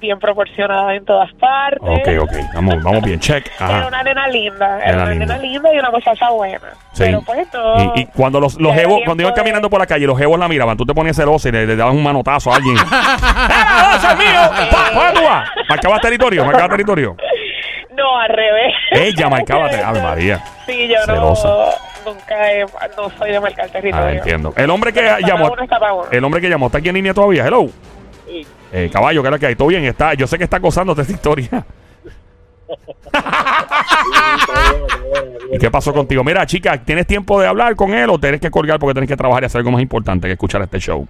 D: bien proporcionada en todas partes.
A: Ok, ok. Vamos, vamos bien. Check.
D: Era
A: Ajá.
D: eh, una nena linda, era,
A: Era
D: una
A: linda.
D: nena linda y una muchacha buena.
A: Sí.
D: Pero pues no.
A: Y, y cuando los, los
D: Era
A: jevos,
D: tiempo
A: cuando iban
D: de-
A: caminando por la calle, los jevos la miraban, tú te ponías celoso y le, le dabas un manotazo a
D: (laughs)
A: alguien. ¡Era ese es mío!
D: Eh.
A: ¡Pa, pa, tú vas! Marcabas territorio, marcabas territorio.
D: No, al revés.
A: Ella marcaba
D: (laughs) Al revés,
A: territorio.
D: no.
A: Ave María.
D: Sí, yo
A: Celosa.
D: no. Nunca he- no soy de marcar territorio.
A: Ah, entiendo. El hombre que
D: Está para
A: llamó.
D: uno, está para uno.
A: El hombre que llamó está aquí en línea todavía. Hello. Eh, caballo, ¿qué es lo que hay? ¿Todo bien? Está, yo sé que está gozando de esta
D: (laughs)
A: historia. ¿Y qué pasó contigo? Mira, chica, ¿tienes tiempo de hablar con él o tienes que colgar porque tienes que trabajar y hacer algo más importante que escuchar este show?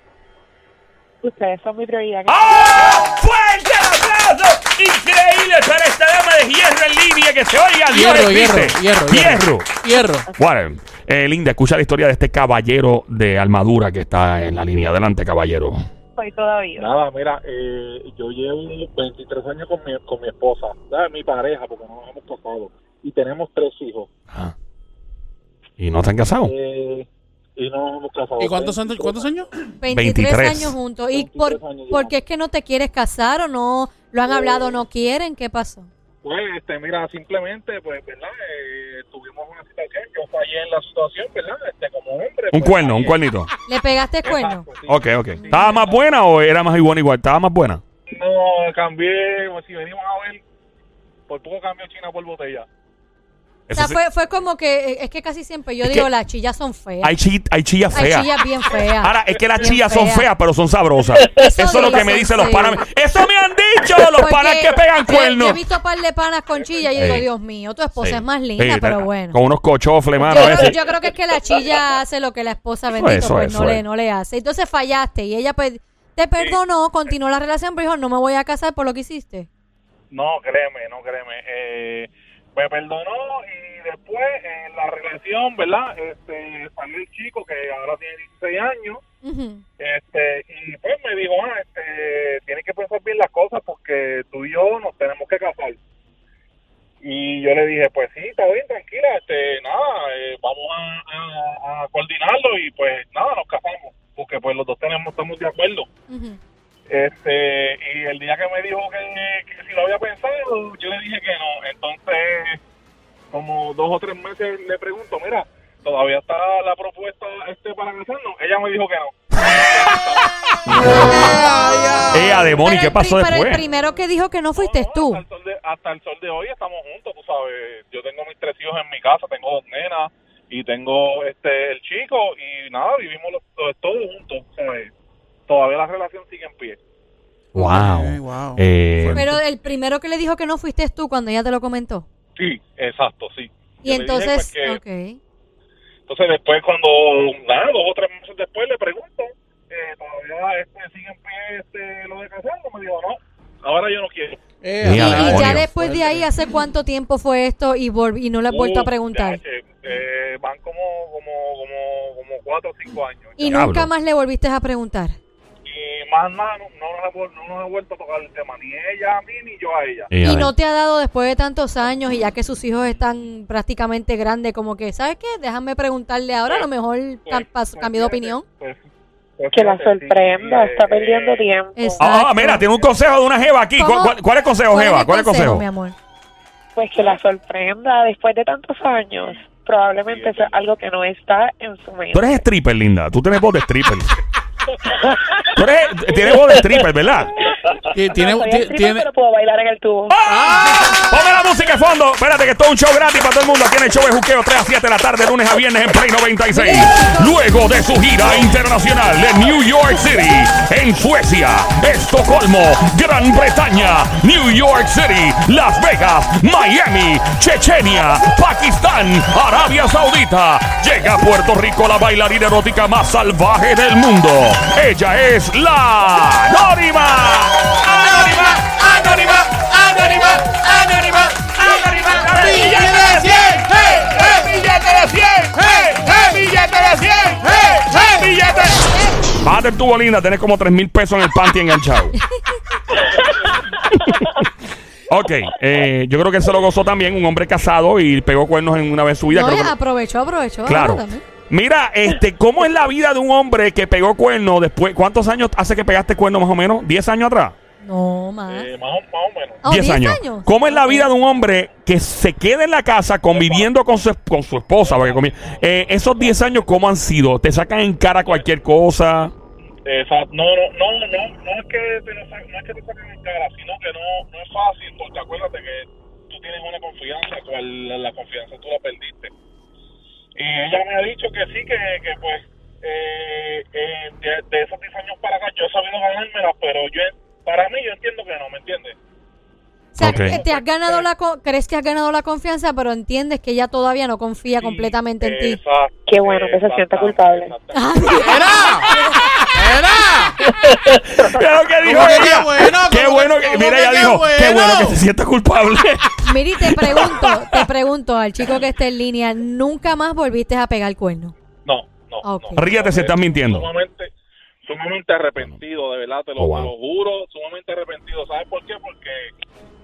D: Ustedes son mi prioridad.
A: ¡Ah! ¡Fuerte el aplauso! Increíble para esta dama de hierro en línea que se oiga.
B: Hierro,
A: Dios
B: hierro,
A: existe.
B: hierro, hierro. Hierro.
A: Warren, eh, Linda, escucha la historia de este caballero de armadura que está en la línea. Adelante, caballero.
D: Soy todavía.
I: Nada, mira, eh, yo llevo 23 años con mi, con mi esposa, ¿sabes? mi pareja, porque no nos hemos casado, y tenemos tres hijos.
A: Ah. ¿Y no están casados?
I: eh, y no nos hemos casado. Pues,
B: ¿Y cuántos años? ¿Cuántos años?
C: 23,
A: 23.
C: años juntos. ¿Y
I: 23
C: por,
I: años
C: por
I: llevamos.
C: qué es que no te quieres casar o no? ¿Lo han
I: Eh,
C: hablado no quieren? ¿Qué pasó?
I: Pues, este, mira, simplemente, pues, ¿verdad? Eh, tuvimos una situación, yo fallé en la situación, ¿verdad? Este, como hombre.
A: Un
I: pues,
A: cuerno, un
I: fallé.
A: cuernito.
C: ¿Le pegaste el cuerno?
I: Exacto, sí.
A: Ok, ok. ¿Estaba más buena o era más igual igual? ¿Estaba más buena?
I: No, cambié, pues, si venimos a ver, por poco cambio China por botella.
C: O
A: Eso
C: sea,
A: sí.
C: fue, fue como que, eh, es que casi siempre yo
A: Es
C: digo,
A: que-
C: las chillas son feas.
A: Hay, chi- hay chillas
C: Hay
A: feas.
C: chillas bien feas.
A: Ahora, es que las
C: Bien
A: chillas son
C: feas.
A: feas, pero son sabrosas. Eso, es lo que
C: dicen,
A: me dicen los
C: sí.
A: panas. Eso me han
C: (laughs)
A: dicho los
C: Porque
A: panas que pegan
C: yo-
A: cuernos.
C: Yo he visto un par de panas con chillas y yo digo,
A: Sí.
C: Dios mío, tu esposa
A: Sí.
C: es más linda,
A: Sí,
C: pero
A: ta-
C: bueno.
A: Con unos cochofles, mano.
C: Yo
A: a
C: creo,
A: veces.
C: yo creo que es que la chilla hace lo que la esposa
A: Eso es,
C: bendito
A: eso
C: pues
A: es,
C: no,
A: eso
C: le,
A: es.
C: no le hace. Entonces fallaste y ella pues, te perdonó, continuó la relación, pero dijo, no me voy a casar por lo que hiciste.
I: No, créeme, no créeme. Eh, me perdonó y después en la relación, ¿verdad? Este, salió el chico que ahora tiene 16 años
C: Ujú.
I: este, y pues me dijo, ah, este, tienes que pensar bien las cosas porque tú y yo nos tenemos que casar. Y yo le dije, pues sí, está bien, tranquila, este, nada, eh, vamos a, a- a coordinarlo y pues nada, nos casamos porque pues los dos tenemos, estamos de acuerdo.
C: Ujú.
I: Este, y el día que me dijo que, que si lo había pensado, yo le dije que no. Entonces, como dos o tres meses le pregunto, mira, ¿todavía está la propuesta este para casarnos? Ella me dijo que no.
A: Ea, demoni,
C: Pero
A: ¿qué
C: el
A: pasó
C: pri- Pero el
A: después?
C: primero que dijo que no fuiste
I: No, no,
C: tú.
I: Hasta el, sol de, hasta el sol de hoy estamos juntos, tú sabes. Yo tengo mis tres hijos en mi casa, tengo dos nenas y tengo este el chico y nada, vivimos los, los- todos juntos, ¿sabes? Todavía la relación sigue en pie.
B: Ok, wow.
A: Eh,
C: Pero el primero que le dijo que no fuiste tú cuando ella te lo comentó.
I: Sí, exacto, sí.
C: Y
I: Yo le dije,
C: entonces,
I: pues, que-
C: ok.
I: Entonces después cuando, nada, dos o tres meses después le pregunto, eh, ¿todavía este, sigue en pie este, lo de casarnos? Me dijo, no, ahora yo no quiero.
B: Eh,
A: Mira,
C: Y-
A: Ea,
C: y,
A: demonio.
C: ya después de ahí, ¿hace cuánto tiempo fue esto y, volv- y no le has vuelto a
I: Uh,
C: preguntar?
I: ya, eh, eh, van como, como, como, como cuatro o cinco años.
C: Y
A: Diablo.
C: nunca más le volviste a preguntar.
I: y más nada, no, no nos ha, vuel- no nos ha vuelto a tocar el tema, ni ella a mí, ni yo a ella.
A: ea, de-
C: Y no te ha dado después de tantos años y ya que sus hijos están prácticamente grandes, como que, ¿sabes qué? Déjame preguntarle ahora, a lo mejor
I: Pues,
C: cam- pas- cambió de opinión.
D: Que la
I: eh,
D: sorprenda, está perdiendo tiempo.
I: tiempo.
C: Exacto.
A: Ah, mira, tiene un consejo de una jeva aquí. ¿Cu-
C: ¿Cómo?
A: ¿Cuál, cuál es el consejo, jeva? ¿Cuál es el consejo?
C: mi amor?
D: Pues que la sorprenda después de tantos años. Probablemente sea algo que no está en su mente.
A: Tú eres stripper, linda. Tú tienes voz de stripper. Tú eres, tienes voz de stripper, ¿verdad?
B: ti-
D: No,
B: Tiene,
D: soy
B: ti-
D: stripper,
B: tiene,
D: pero puedo bailar en el tubo.
A: ¡Ah! Ponme la música de fondo. Espérate que esto es un show gratis para todo el mundo. Tiene el show de juqueo 3 a 7 de la tarde, lunes a viernes en Play 96. Luego de su gira internacional en New York City, en Suecia, Estocolmo, Gran Bretaña, New York City, Las Vegas, Miami, Chechenia, Pakistán, Arabia Saudita. Llega a Puerto Rico la bailarina erótica más salvaje del mundo. Ella es la Anónima. Anónima, Anónima, Anónima, Anónima, Anónima. Billete de 100, hey, hey, billete de 100, hey, hey, billete de 100, hey, hey, billete. Bájate el tubo, linda, tenés como 3 mil pesos en el panty enganchado. Ok, eh, yo creo que él se lo gozó también, un hombre casado y pegó cuernos en una vez en su vida.
C: No,
A: creo que-
C: aprovechó, aprovechó.
A: Claro.
C: ahora también.
A: Mira, este, ¿cómo es la vida de un hombre que pegó cuerno después? ¿Cuántos años hace que pegaste cuerno más o menos? ¿10 años atrás?
C: No, más.
I: eh, más, o, más o menos.
C: Oh,
A: 10
C: ¿diez
A: años. ¿Cómo es la vida de un hombre que se queda en la casa conviviendo con su, con su esposa? Porque convi- eh, esos 10 años, ¿cómo han sido? ¿Te sacan en cara cualquier cosa?
I: Esa- no, no, no, no, no es que te lo sa- no es que te saquen en cara, sino que no, no es fácil, porque acuérdate que tú tienes una confianza, cual la, la confianza tú la perdiste. Y ella me ha dicho que sí, que, que pues, eh, eh, de, de esos 10 años para acá, yo he sabido ganármela, pero yo, para mí, yo entiendo que no, ¿me entiendes?
C: O sea,
A: Ok.
C: que te has ganado la co- crees que has ganado la confianza, pero entiendes que ella todavía no confía completamente en ti.
I: Exacto.
D: Qué bueno que se sienta culpable.
I: Exactamente.
B: ¡Era! ¡Era!
A: Mira lo que dijo
B: ¿Cómo que
A: ella.
B: qué bueno?
A: Qué
B: ¿Cómo
A: bueno
B: que-
A: que,
B: cómo
A: mira,
B: que
A: ella
B: qué
A: dijo, qué
B: bueno?
A: bueno que se sienta
B: (laughs)
A: culpable.
C: Miri, te pregunto, te pregunto al chico que está en línea, nunca más volviste a pegar cuerno.
I: No, no,
C: Ah, Ok.
I: no.
A: Ríete si estás mintiendo.
I: Sumamente, sumamente arrepentido, de verdad, te lo,
A: Oh, wow.
I: te lo juro, sumamente arrepentido. ¿Sabes por qué? Porque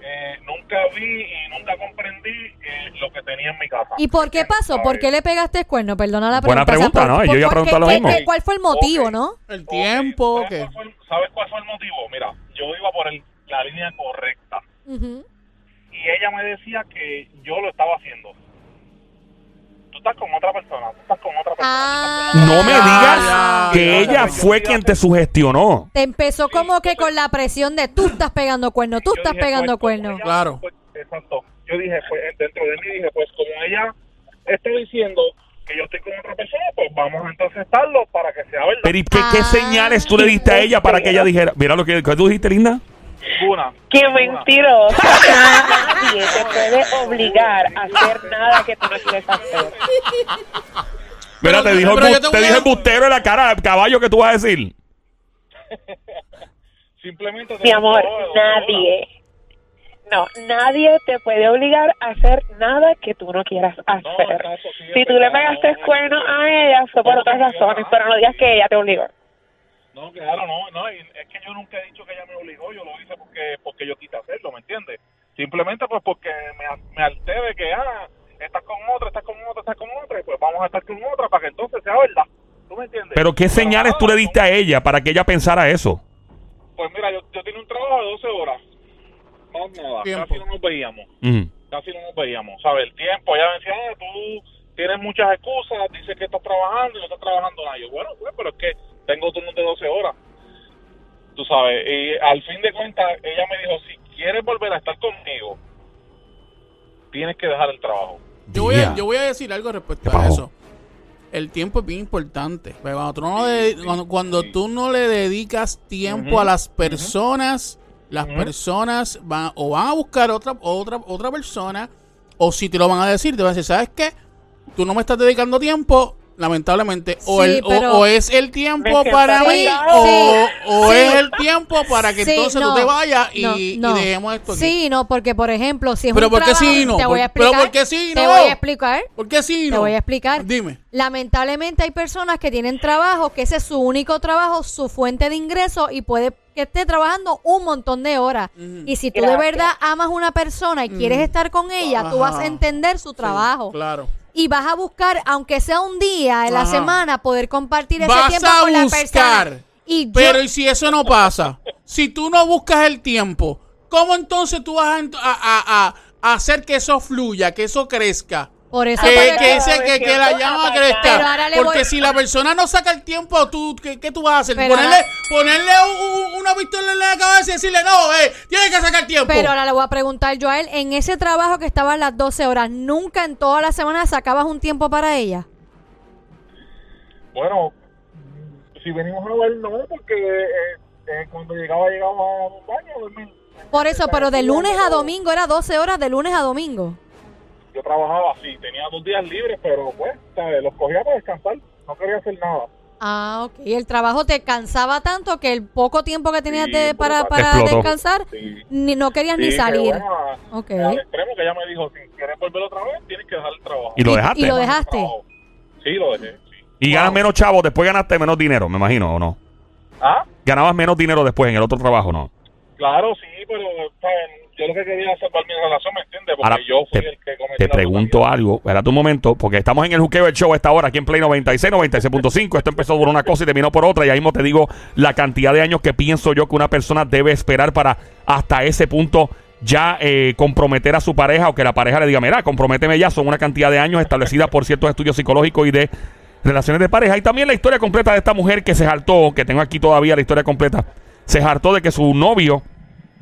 I: eh, nunca vi y nunca comprendí eh, lo que tenía en mi casa.
C: ¿Y por qué pasó? ¿Por qué le pegaste el cuerno? Perdona la
A: Buena
C: pregunta.
A: pregunta, ¿no? Yo iba a
C: por-
A: preguntar lo
C: ¿qué-
A: mismo.
C: qué- ¿Cuál fue el motivo,
I: Ok.
C: no?
B: El tiempo,
I: Ok,
B: que.
I: ¿Sabes, cuál fue, el- sabes cuál fue el motivo? Mira, yo iba por el- la línea correcta
C: Ujú.
I: y ella me decía que yo lo estaba haciendo. Tú estás con otra persona, tú estás con otra persona.
C: Ah.
A: No me
B: Ah,
A: digas que
I: ya, ya,
A: ella
I: ya.
A: fue quien te sugestionó.
C: Te empezó como que con la presión de tú estás pegando cuerno, tú
I: Yo
C: estás
I: dije,
C: pegando
I: pues,
C: cuerno.
I: como ella-
B: Claro.
I: pues, exacto. Yo dije, pues dentro de mí dije, pues como ella está diciendo que yo estoy con otra persona, pues vamos a entonces estarlo para que sea verdad.
A: Pero ¿y qué, qué
C: Ah.
A: señales tú le diste a ella para que ella dijera? Mira lo que que tú dijiste, linda.
I: Ninguna.
D: ¡Qué
I: Ninguna.
A: (laughs)
D: mentirosa! Nadie te puede obligar a hacer nada que tú no quieres hacer.
A: Mira,
B: Pero-
A: te dijo,
B: pero
A: embu-
B: yo te
A: te
B: voy a-
A: dijo embustero en la cara, caballo, que tú vas a decir.
I: Simplemente. te
D: Mi amor,
I: gustó, o-
D: nadie. No, nadie te puede obligar a hacer nada que tú no quieras hacer.
I: exacto, sí, es
D: Si tú le
I: verdad,
D: pegaste
I: no,
D: cuerno a ella, fue por
I: No,
D: otras
I: no,
D: razones,
I: no,
D: pero no digas
I: sí.
D: que ella te obligó.
I: No, claro, no, no. y Es que yo nunca he dicho que ella me obligó, yo lo hice porque porque yo quise hacerlo, ¿me entiendes? Simplemente pues porque me, me harté de que, ah, estás con otra, estás con otra, estás con otra, y pues vamos a estar con otra para que entonces sea verdad. ¿Tú me entiendes?
A: Pero ¿qué señales
I: nada,
A: tú le
I: no-
A: diste a ella para que ella pensara eso?
I: Pues mira, yo, yo tenía un trabajo de 12 horas. Más nada.
B: Tiempo.
I: Casi no nos veíamos.
A: Mm.
I: Casi no nos veíamos. ¿Sabes? El tiempo. Ella me decía, "Ah, tú tienes muchas excusas. Dices que estás trabajando y no estás trabajando nada. Yo, bueno, pues, pero es que tengo turno de 12 horas. tú sabes, y al fin de cuentas ella me dijo, si quieres volver a estar conmigo, tienes que dejar el trabajo.
B: Yo voy, a,
E: Día.
B: yo voy a decir algo respecto
E: ¿Qué
B: a
E: pasó?
B: eso. El tiempo es bien importante. Pero cuando tú no, le, cuando, cuando tú no le dedicas tiempo a las personas, las personas van o van a buscar otra, otra, otra persona, o si te lo van a decir, te van a decir, ¿sabes qué? Tú no me estás dedicando tiempo, lamentablemente. O,
C: Sí,
B: el, o-
C: pero-
B: o, es el tiempo
D: Me
B: para
D: siento
B: mí,
D: atacado.
B: o, o
C: Sí.
B: es el tiempo para que
C: Sí,
B: entonces
C: no,
B: tú te vayas y,
C: no,
B: y
C: no.
B: dejemos esto aquí.
C: Sí, no, porque por ejemplo, si es
B: Pero
C: un
B: ¿por qué
C: trabajo-
B: sí, no?
C: te
B: Por-
C: voy a
B: pero
C: explicar.
B: ¿por qué sí,
C: Te
B: no?
C: voy a explicar.
B: ¿Por qué sí?
C: Te
B: no?
C: voy a explicar.
B: Dime.
C: Lamentablemente hay personas que tienen trabajo, que ese es su único trabajo, su fuente de ingreso y puede que esté trabajando un montón de horas. Y si tú de
D: Gracias.
C: verdad amas una persona y quieres estar con ella, tú vas a
B: Ajá.
C: entender su trabajo.
B: Sí, claro.
C: Y vas a buscar, aunque sea un día en la
B: Ajá.
C: semana, poder compartir ese
B: Vas
C: tiempo
B: a
C: con la
B: buscar,
C: persona. Y yo-
B: Pero ¿y si eso no pasa? Si tú no buscas el tiempo, ¿cómo entonces tú vas a, ent- a- a- a- a hacer que eso fluya, que eso crezca?
C: por eso
B: Que,
C: pero-
D: porque-
B: que ese- que- que la
D: Pero
B: llama
D: ahora
C: le
B: crezca.
C: voy-
B: Porque si la persona no saca el tiempo, ¿tú, ¿qué, qué tú vas a hacer?
C: Pero
B: Ponerle,
C: ahora-
B: ponerle un- un- una pistola en la cabeza y decirle, no, eh, tienes que sacar tiempo.
C: Pero ahora le voy a preguntar yo a él, en ese trabajo que estaba las 12 horas, ¿nunca en toda la semana sacabas un tiempo para ella?
I: Bueno, si venimos a ver, no, porque eh, eh, cuando llegaba, llegaba a un baño a dormir.
C: Por eso, pero de lunes a domingo era 12 horas de lunes a domingo.
I: Yo trabajaba así, tenía dos días libres, pero pues, ¿sabes? Los cogía para descansar, no quería hacer nada.
C: Ah, ok. Y el trabajo te cansaba tanto que el poco tiempo que tenías
I: Sí,
C: de- para,
I: te
C: para
A: explotó.
C: descansar,
I: Sí.
C: ni, no querías ni
I: Sí,
C: salir.
I: pero bueno, a-
C: Ok.
I: al extremo que ella me dijo, si quieres volver otra vez, tienes que dejar el trabajo.
A: Y lo dejaste.
C: Y lo dejaste.
I: Trabajo. Sí, lo dejé. sí.
A: Y ganas menos chavos, después ganaste menos dinero, me imagino, ¿o no?
I: Ah,
A: Ganabas menos dinero después en el otro trabajo, ¿no?
I: claro, sí, pero ¿saben? yo lo que quería es salvar mi relación, ¿me entiendes? Porque
A: Ahora,
I: yo fui
A: te-
I: el que cometí
A: Te
I: la
A: pregunto algo, espérate un momento, porque estamos en el Juqueo del Show a esta hora, aquí en Play 96, 96.5. Esto empezó por una cosa y terminó por otra. Y ahí mismo te digo la cantidad de años que pienso yo que una persona debe esperar para hasta ese punto ya eh, comprometer a su pareja o que la pareja le diga, mira, comprométeme ya. Son una cantidad de años establecida por ciertos estudios psicológicos y de relaciones de pareja. Y también la historia completa de esta mujer que se hartó, que tengo aquí todavía la historia completa, se hartó de que su novio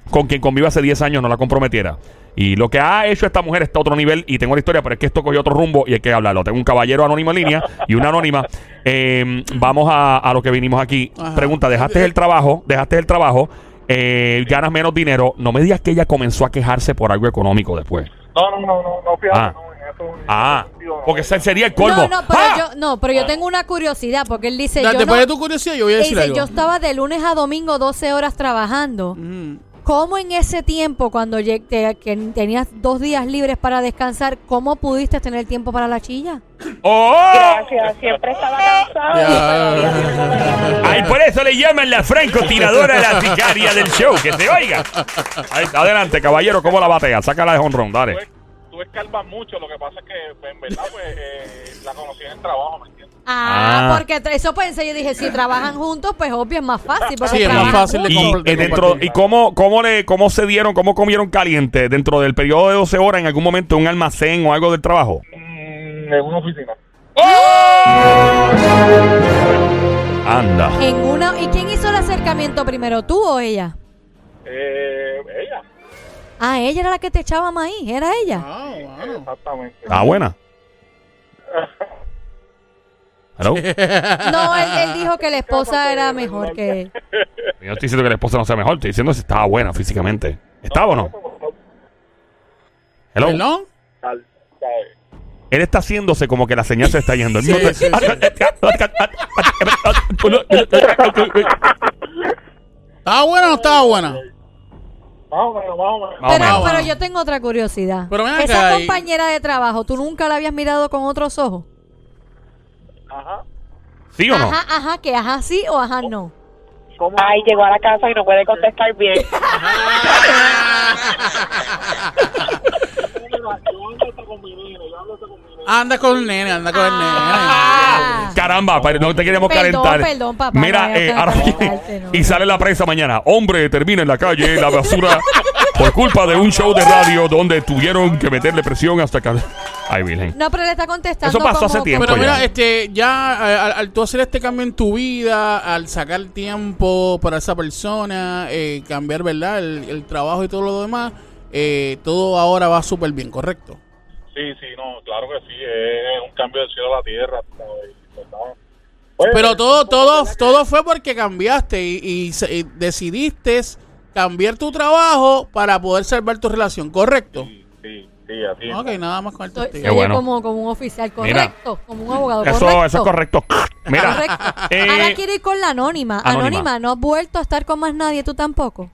A: con quien convive hace 10 años no la comprometiera. Y lo que ha hecho esta mujer está a otro nivel y tengo la historia, pero es que esto cogió otro rumbo y hay que hablarlo. Tengo un caballero anónimo en línea y una anónima. Eh, vamos a, a lo que vinimos aquí.
B: Ajá.
A: Pregunta, dejaste el trabajo, dejaste el trabajo, eh, ganas menos dinero. No me digas que ella comenzó a quejarse por algo económico después.
I: No, no, no, no, no, fíjate,
A: Ah.
I: no, en eso- en
A: Ah,
I: ese sentido no.
A: porque ese sería el colmo.
C: No, no, pero
A: ¡Ah!
C: yo, no, pero yo tengo una curiosidad porque él dice,
B: Da-
C: yo,
B: Después
C: no-
B: de tu curiosidad, yo voy a
C: él
B: decir
C: dice,
B: pues, algo.
C: yo estaba de lunes a domingo 12 horas trabajando.
B: Mm.
C: ¿Cómo en ese tiempo, cuando lleg- te- que tenías dos días libres para descansar, cómo pudiste tener tiempo para la chilla?
A: ¡Oh!
I: (laughs)
D: Gracias, siempre estaba cansado.
C: (laughs)
A: Ay, por eso le llaman la francotiradora la sicaria del show. Que se oiga. Ahí, adelante, caballero, ¿cómo la batea? Sácala de honrón, dale.
I: Tú, es- tú escarbas mucho, lo que pasa es que, en verdad, pues, eh, la conocí en el trabajo, ¿me entiendes?
C: Ah,
A: Ah.
C: porque tra- eso pensé, yo dije, si trabajan juntos, pues obvio es más fácil.
B: Sí,
C: Porque
B: es más
C: trabajan
B: fácil de
C: juntos.
A: Y,
B: compro-
A: eh, dentro,
B: compartir.
A: ¿Y cómo, cómo, le, cómo se dieron, cómo comieron caliente dentro del periodo de 12 horas en algún momento en un almacén o algo del trabajo?
I: Mm, en una oficina.
A: Anda.
C: En una, ¿Y quién hizo el acercamiento primero, tú o ella?
I: Eh, ella,
C: Ah, ella era la que te echaba maíz, era ella.
B: Ah, wow.
I: exactamente.
A: Ah, buena.
B: (laughs)
A: Hello.
C: No, él, él dijo que la esposa era mejor que él.
A: Yo no estoy diciendo que la esposa no sea mejor, estoy diciendo si estaba buena físicamente. ¿Estaba o no? Hello.
B: ¿Perdón?
I: Tal- ¿sabes?
A: Él está haciéndose como que la señal se está yendo. Él
B: (laughs) Sí,
A: mismo- (laughs)
B: sí, ¿Estaba buena o no estaba buena?
I: Más o menos, más o menos.
A: Más o
C: Pero,
A: menos.
C: pero yo tengo otra curiosidad.
B: Pero ven acá,
C: Esa
B: y-
C: compañera de trabajo, ¿tú nunca la habías mirado con otros ojos?
I: Ajá.
A: ¿Sí o no?
C: Ajá, ajá, que ajá sí o ajá no.
I: ¿Cómo?
D: Ay, llegó a la casa y
I: (laughs)
D: no puede contestar bien.
B: Ah, Anda con el nene, anda
A: pues,
B: con el nene.
C: Ah.
A: Caramba, pero no te queríamos
C: Perdón,
A: calentar.
C: perdón, papá,
A: Mira,
C: no, yo
A: eh,
C: tengo
A: ahora
C: que
A: aquí-
C: calentarte, no.
A: y sale la prensa mañana. Hombre, termina en la calle la
C: (laughs)
A: basura por culpa de un show de radio donde tuvieron que meterle presión hasta que. Ay, Virgen.
C: No, pero le está contestando.
A: Eso pasó
C: como-
A: hace tiempo.
B: Pero mira,
A: ya.
B: este, ya al, al tú hacer este cambio en tu vida, al sacar tiempo para esa persona, eh, cambiar, ¿verdad? El, el trabajo y todo lo demás, eh, todo ahora va súper bien, ¿correcto?
I: Sí, sí, no, claro que sí, es un cambio del cielo a la tierra. tú sabes, ¿verdad? Pues, Oye,
B: Pero todo, todo, todo fue porque cambiaste y, y se- y decidiste cambiar tu trabajo para poder salvar tu relación, ¿correcto?
I: Sí, sí, sí, así. es.
B: Ok, nada más con el
C: Soy, soy
B: testigo.
A: Qué bueno.
C: eh, como, como un oficial
A: Mira.
C: correcto, como un abogado
A: Eso,
C: correcto.
A: eso es correcto. Mira,
C: Correcto.
A: eh,
C: Ahora quiero ir con la anónima.
A: Anónima.
C: anónima. no has vuelto a estar con más nadie, tú tampoco.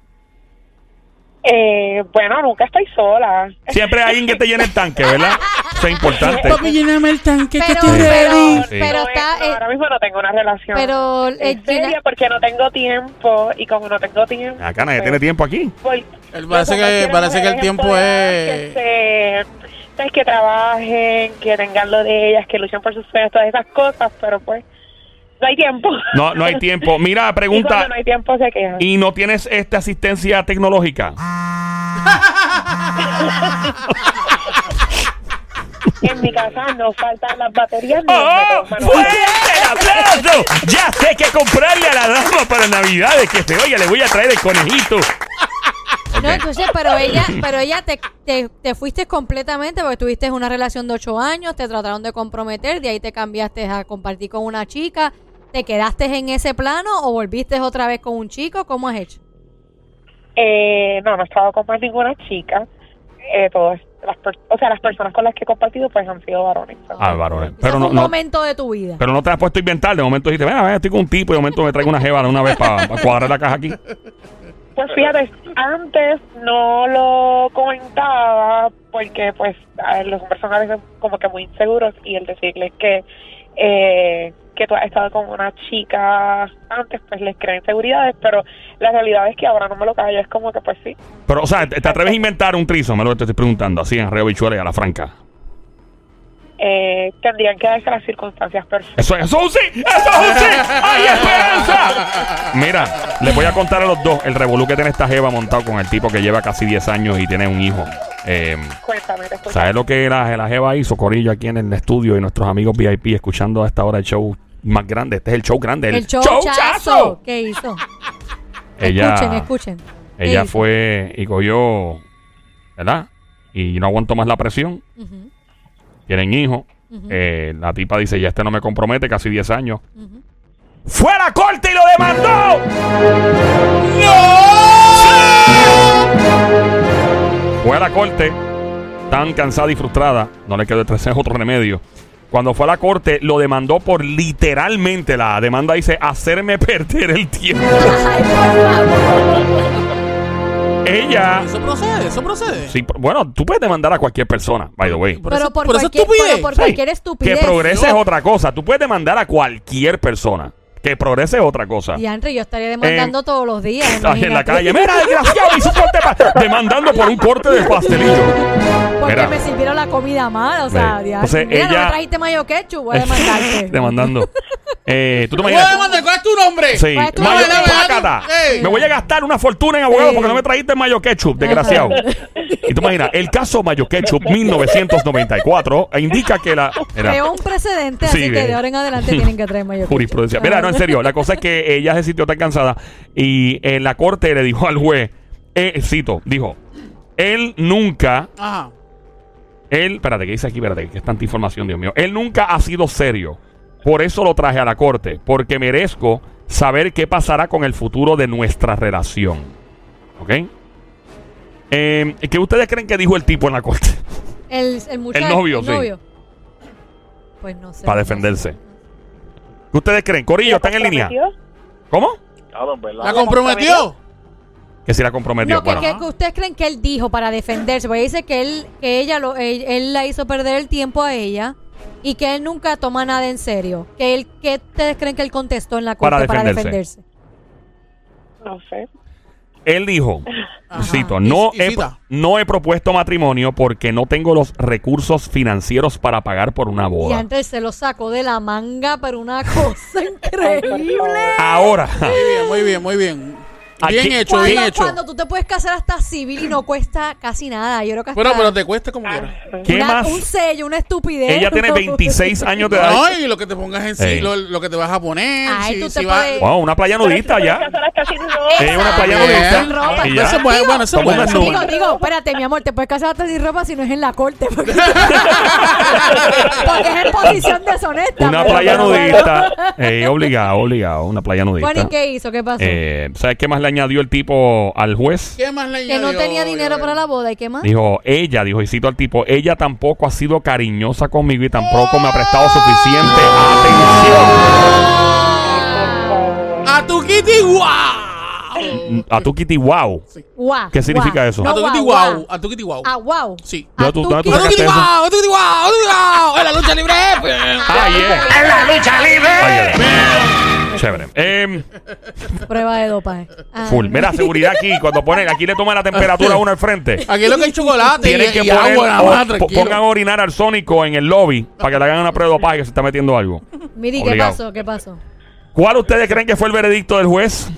D: Eh, bueno, nunca estoy sola.
A: siempre hay alguien que te llene el tanque, ¿verdad? Eso es importante.
B: Papi, lléname el tanque que
C: Pero,
B: estoy ready.
C: pero,
A: Sí.
C: pero
D: No,
C: está.
D: eh, no,
C: eh,
D: ahora mismo no tengo una relación.
C: pero eh,
D: en serio,
C: Gina-
D: porque no tengo tiempo y como no tengo tiempo.
A: Acá nadie
D: pues,
A: tiene tiempo aquí.
D: Porque-
B: Él parece
D: yo solo
B: que-
D: quiero
B: parece que el
D: mujeres
B: tiempo es-
D: empoderadas, Que, se- sabes, que trabajen, que tengan lo de ellas, que luchen por sus sueños, todas esas cosas, pero pues no hay tiempo.
A: No, no hay tiempo. Mira,
D: (laughs) Y cuando
A: pregunta.
D: no hay tiempo se quejan.
A: ¿Y no tienes esta asistencia tecnológica?
D: En mi casa no faltan las baterías.
A: (laughs)
D: ni los
A: ¡Oh!
D: métodos
A: ¡Fuerte
D: manuales.
A: el aplauso! Ya sé que comprarle a la dama para Navidades que se oiga, le voy a traer el conejito.
C: No, entonces, pero ella, pero ella te, te, te fuiste completamente porque tuviste una relación de ocho años, te trataron de comprometer, de ahí te cambiaste a compartir con una chica, te quedaste en ese plano o volviste otra vez con un chico, ¿cómo has hecho?
D: Eh, no, no he estado con más ninguna chica. Eh, todas las per- o sea, las personas con las que he compartido pues han sido varones.
A: Ah, varones.
C: Ese
A: Pero
C: fue
A: no,
C: un
A: no,
C: momento de tu vida.
A: pero no te has puesto a inventar. De momento dijiste, venga, venga, estoy con un tipo y de momento me traigo una jeva de una vez para cuadrar la caja aquí.
D: Pues fíjate, antes no lo comentaba porque pues a ver, los hombres son a veces como que muy inseguros y el decirles que eh, que tú has estado con una chica antes pues les crea inseguridades, pero la realidad es que ahora no me lo callo, es como que pues sí.
A: Pero, o sea, ¿te, te atreves a inventar un trizo? Me lo te estoy preguntando, así en Reo Bichuela y a la franca.
D: Eh, tendrían que darse las circunstancias perfectas.
A: Eso, eso es un sí, eso es un sí, hay esperanza. Mira, les voy a contar a los dos el revolú que tiene esta jeva montado con el tipo que lleva casi 10 años y tiene un hijo. Eh,
D: Cuéntame, te escucho.
A: ¿Sabes lo que la, la jeva hizo, Corillo, aquí en el estudio y nuestros amigos VIP escuchando a esta hora el show más grande? Este es el show grande, el,
C: El
A: show
C: chochazo que hizo.
A: Ella,
C: Escuchen, escuchen. ¿Qué
A: ella
C: hizo?
A: fue y cogió, ¿verdad? Y no aguantó más la presión.
C: Ujú,
A: Tienen hijos.
C: ujú,
A: Eh, la tipa dice, ya este no me compromete, casi 10 años.
C: ujú.
A: ¡Fue a la corte y lo demandó! ¡No! Fue a la corte, tan cansada y frustrada, no le quedó tres otro remedio. Cuando fue a la corte, lo demandó por literalmente la demanda dice hacerme perder el tiempo.
C: (laughs) Ay, por favor.
A: Ella,
B: Eso procede, eso procede.
A: sí, bueno, tú puedes demandar a cualquier persona, by the way.
B: Por
C: Pero
B: eso-
C: por,
B: por eso
C: cualquier,
B: estupidez.
C: pero por
A: Sí,
C: cualquier estupidez.
A: Que progrese es
B: No.
A: otra cosa. Tú puedes demandar a cualquier persona. Que progrese es otra cosa.
C: Diantre, yo estaría demandando todos los días.
A: Ah. Eh, (laughs) Ay, en la
C: imagínate.
A: calle. Mira, desgraciado, hizo un corte pa- demandando por un corte de pastelillo.
C: Porque
A: Mira.
C: me sirvieron la comida mala, o sea,
A: Ve.
C: ya.
A: Entonces,
C: mira, no
A: ella-
C: me trajiste mayo ketchup, voy a demandarte.
A: (laughs) Demandando. Eh, ¿Tú te
B: Voy
A: imaginas?
B: a demandar, ¿cuál es tu nombre?
A: Sí,
C: ¿Cuál es tu
A: mayo-
C: nombre?
A: pácata.
B: Ey.
A: Me voy a gastar una fortuna en abogados
C: Sí.
A: porque no me trajiste mayo ketchup, desgraciado. Y tú imaginas, el caso mayo ketchup 1994 e indica que la... era-
C: Creo un precedente,
A: Sí,
C: así
A: ve.
C: que de ahora en adelante tienen que traer mayo ketchup.
A: (laughs) jurisprudencia. Mira, no, en serio, la cosa es que ella se sintió tan cansada y en la corte le dijo al juez, eh, cito, dijo, él nunca,
B: Ajá.
A: él, espérate, ¿qué dice aquí? Espérate, que es tanta información, Dios mío. Él nunca ha sido serio. Por eso lo traje a la corte, porque merezco saber qué pasará con el futuro de nuestra relación. ¿Ok? Eh, ¿Qué ustedes creen que dijo el tipo en la corte? (laughs)
C: El, el muchacho.
A: El novio, sí.
C: Pues no sé.
A: Para defenderse. ¿Qué ustedes creen? Corillo, ¿están en línea? ¿Cómo?
I: Claro, en verdad.
B: ¿La comprometió?
A: Que si la comprometió.
C: No, que,
A: bueno.
C: que- que ustedes creen que él dijo para defenderse, porque dice que él, que ella lo, él, él la hizo perder el tiempo a ella y que él nunca toma nada en serio. Que él, ¿qué ustedes creen que él contestó en la corte
A: Para
C: para defenderse?
A: defenderse.
D: No sé.
A: Él dijo,
B: Ajá.
A: cito,
B: Y-
A: no
B: y
A: he,
B: cita.
A: no he propuesto matrimonio porque no tengo los recursos financieros para pagar por una
C: Y
A: boda.
C: antes se lo sacó de la manga, pero una cosa increíble.
A: Ahora,
B: Muy bien, muy bien, muy bien.
A: Aquí-
B: Bien hecho,
C: Cuando,
B: bien hecho.
C: cuando tú te puedes casar hasta civil y no cuesta casi nada. Yo creo que hasta
B: Bueno, pero te cuesta como quieras.
A: ¿qué
C: una-
A: más?
C: un sello, una estupidez.
A: Ella
C: (laughs)
A: tiene 26 años de edad.
B: No, y lo que te pongas en sí,
A: Ey.
B: lo, lo que te vas a poner.
C: Ay,
B: si-
C: tú
B: si
C: te
B: vas-
C: puedes-
A: Wow, una playa nudista ya. Es una playa
B: Bien.
A: nudista. Y
B: Eso
A: ya.
B: es bueno, bueno, eso es
A: Toma
B: bueno.
A: una
B: eso es
A: nube.
C: Digo,
B: bueno.
C: digo, espérate, mi amor, te puedes casar hasta sin ropa si no es en la corte.
A: (laughs)
C: Porque, porque es en posición deshonesta.
A: Una
C: pero-
A: playa nudista. Eh, obligado, obligado. Una playa nudista.
C: Bueno, ¿y qué hizo? ¿Qué pasó?
A: Eh, ¿Sabes qué más le añadió el tipo al juez?
B: ¿Qué más le
C: que no
B: añadió?
C: tenía dinero
B: Yo-
C: para la boda. ¿Y qué más?
A: Dijo, ella, dijo, y cito al tipo, ella tampoco ha sido cariñosa conmigo y tampoco me ha prestado suficiente atención.
C: Ah,
B: ¡A tu kitty guau!
A: A tu Kitty, wow.
C: Guau,
A: ¿Qué significa
C: guau.
A: eso?
B: A
C: No,
B: tu kitty
C: guau,
B: Ah, guau.
C: guau.
B: A tu kitty guau.
C: Ah, wow.
B: Sí.
A: ¿Dónde tú- dónde tú
B: ¡A tu
A: sacaste
B: kitty
A: eso?
B: guau! ¡A tu kitty guau! ¡A tu kitty guau! ¡En la lucha libre! pues.
A: Ah, yeah.
F: ¡En la lucha libre!
A: Chévere. Em,
C: Prueba de dopaje. Ah.
A: full. Mira, seguridad aquí. Cuando ponen, aquí le toman la temperatura a uno al frente.
B: Aquí lo que hay chocolate
A: Tienen
B: y,
A: que
B: y
A: poner,
B: agua, nada
A: o-
B: más,
A: po-
B: tranquilo.
A: pongan a orinar al sónico en el lobby para que le hagan una prueba de dopaje que se está metiendo algo.
C: Miri, ¿qué
A: Obligado.
C: pasó? ¿Qué pasó?
A: ¿Cuál ustedes creen que fue el veredicto del juez?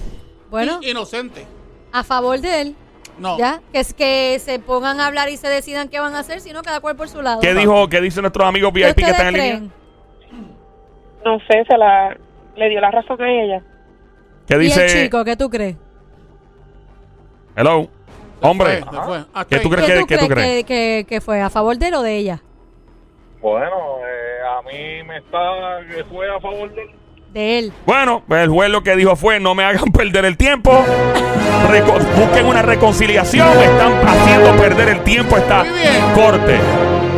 C: Bueno,
B: Inocente.
C: a favor de él.
B: No.
C: ¿Ya? Que, es- que se pongan a hablar y se decidan qué van a hacer, sino cada cual por su lado.
A: ¿Qué dijo, qué dicen nuestros amigos
C: ¿Qué
A: VIP que
C: ustedes
A: están en línea?
C: creen?
D: No sé, se la, le dio la razón a ella.
A: ¿Qué
C: ¿Y el
A: dice?
C: chico? ¿Qué tú crees?
A: Hello. Hombre,
B: Fue, se fue. Ah, Hasta
A: Pues, ¿qué tú
B: ahí.
A: crees que, qué tú crees?
C: que, que- que fue? ¿A favor de él o de ella?
I: Bueno, eh, a mí me está, fue a favor del
C: De él.
A: Bueno, pues el juez lo que dijo fue, no me hagan (laughs) perder el tiempo. Reco- busquen una reconciliación. Me están haciendo perder el tiempo esta
B: Muy bien.
A: corte.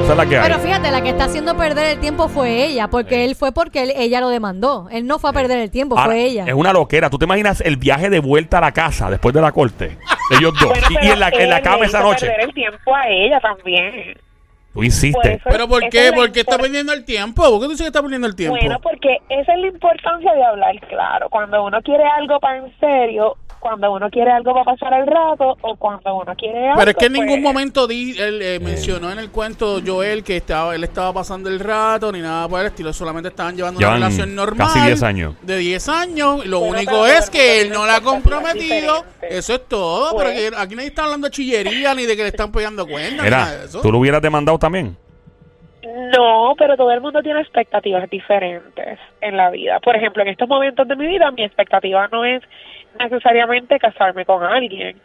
A: Esa es la que hay.
C: Pero fíjate, la que está haciendo perder el tiempo fue ella, porque él fue porque él- ella lo demandó. Él no fue a perder el tiempo,
A: Ahora,
C: Pues fue ella.
A: Es una loquera. ¿Tú te imaginas el viaje de vuelta a la casa después de la corte? Ellos dos.
D: Bueno,
A: Y- y
D: pero
A: en la, en la
D: él
A: cama
D: le
A: esa
D: hizo
A: noche.
D: perder el tiempo a ella también.
A: Tú
D: Por
A: hiciste.
D: eso-
B: ¿Pero por
D: esa
B: qué?
D: es la
B: ¿Por qué está
D: import-
B: perdiendo el tiempo? ¿Por qué tú dices que está perdiendo el tiempo?
D: Bueno, pues, porque esa es la importancia de hablar claro. Cuando uno quiere algo para en serio, cuando uno quiere algo para pasar el rato, o cuando uno quiere algo...
B: Pero es que en
D: pues,
B: ningún momento di- él eh, mencionó en el cuento Joel que estaba, él estaba pasando el rato ni nada por el estilo, solamente estaban llevando
A: Llevan
B: una relación normal.
A: casi 10 años.
B: De 10 años. y Lo
D: Bueno,
B: único
D: pero
B: es
D: todo el
B: que
D: mundo
B: él
D: tiene
B: no la ha
D: expectativas
B: comprometido.
D: diferentes.
B: Eso es todo.
D: Pues.
B: Pero que aquí nadie está hablando de chillería ni de que le están pegando cuernos. ni nada de
A: Mira,
B: eso.
A: tú lo hubieras demandado también.
D: No, pero todo el mundo tiene expectativas diferentes en la vida. Por ejemplo, en estos momentos de mi vida, mi expectativa no es necesariamente casarme con alguien.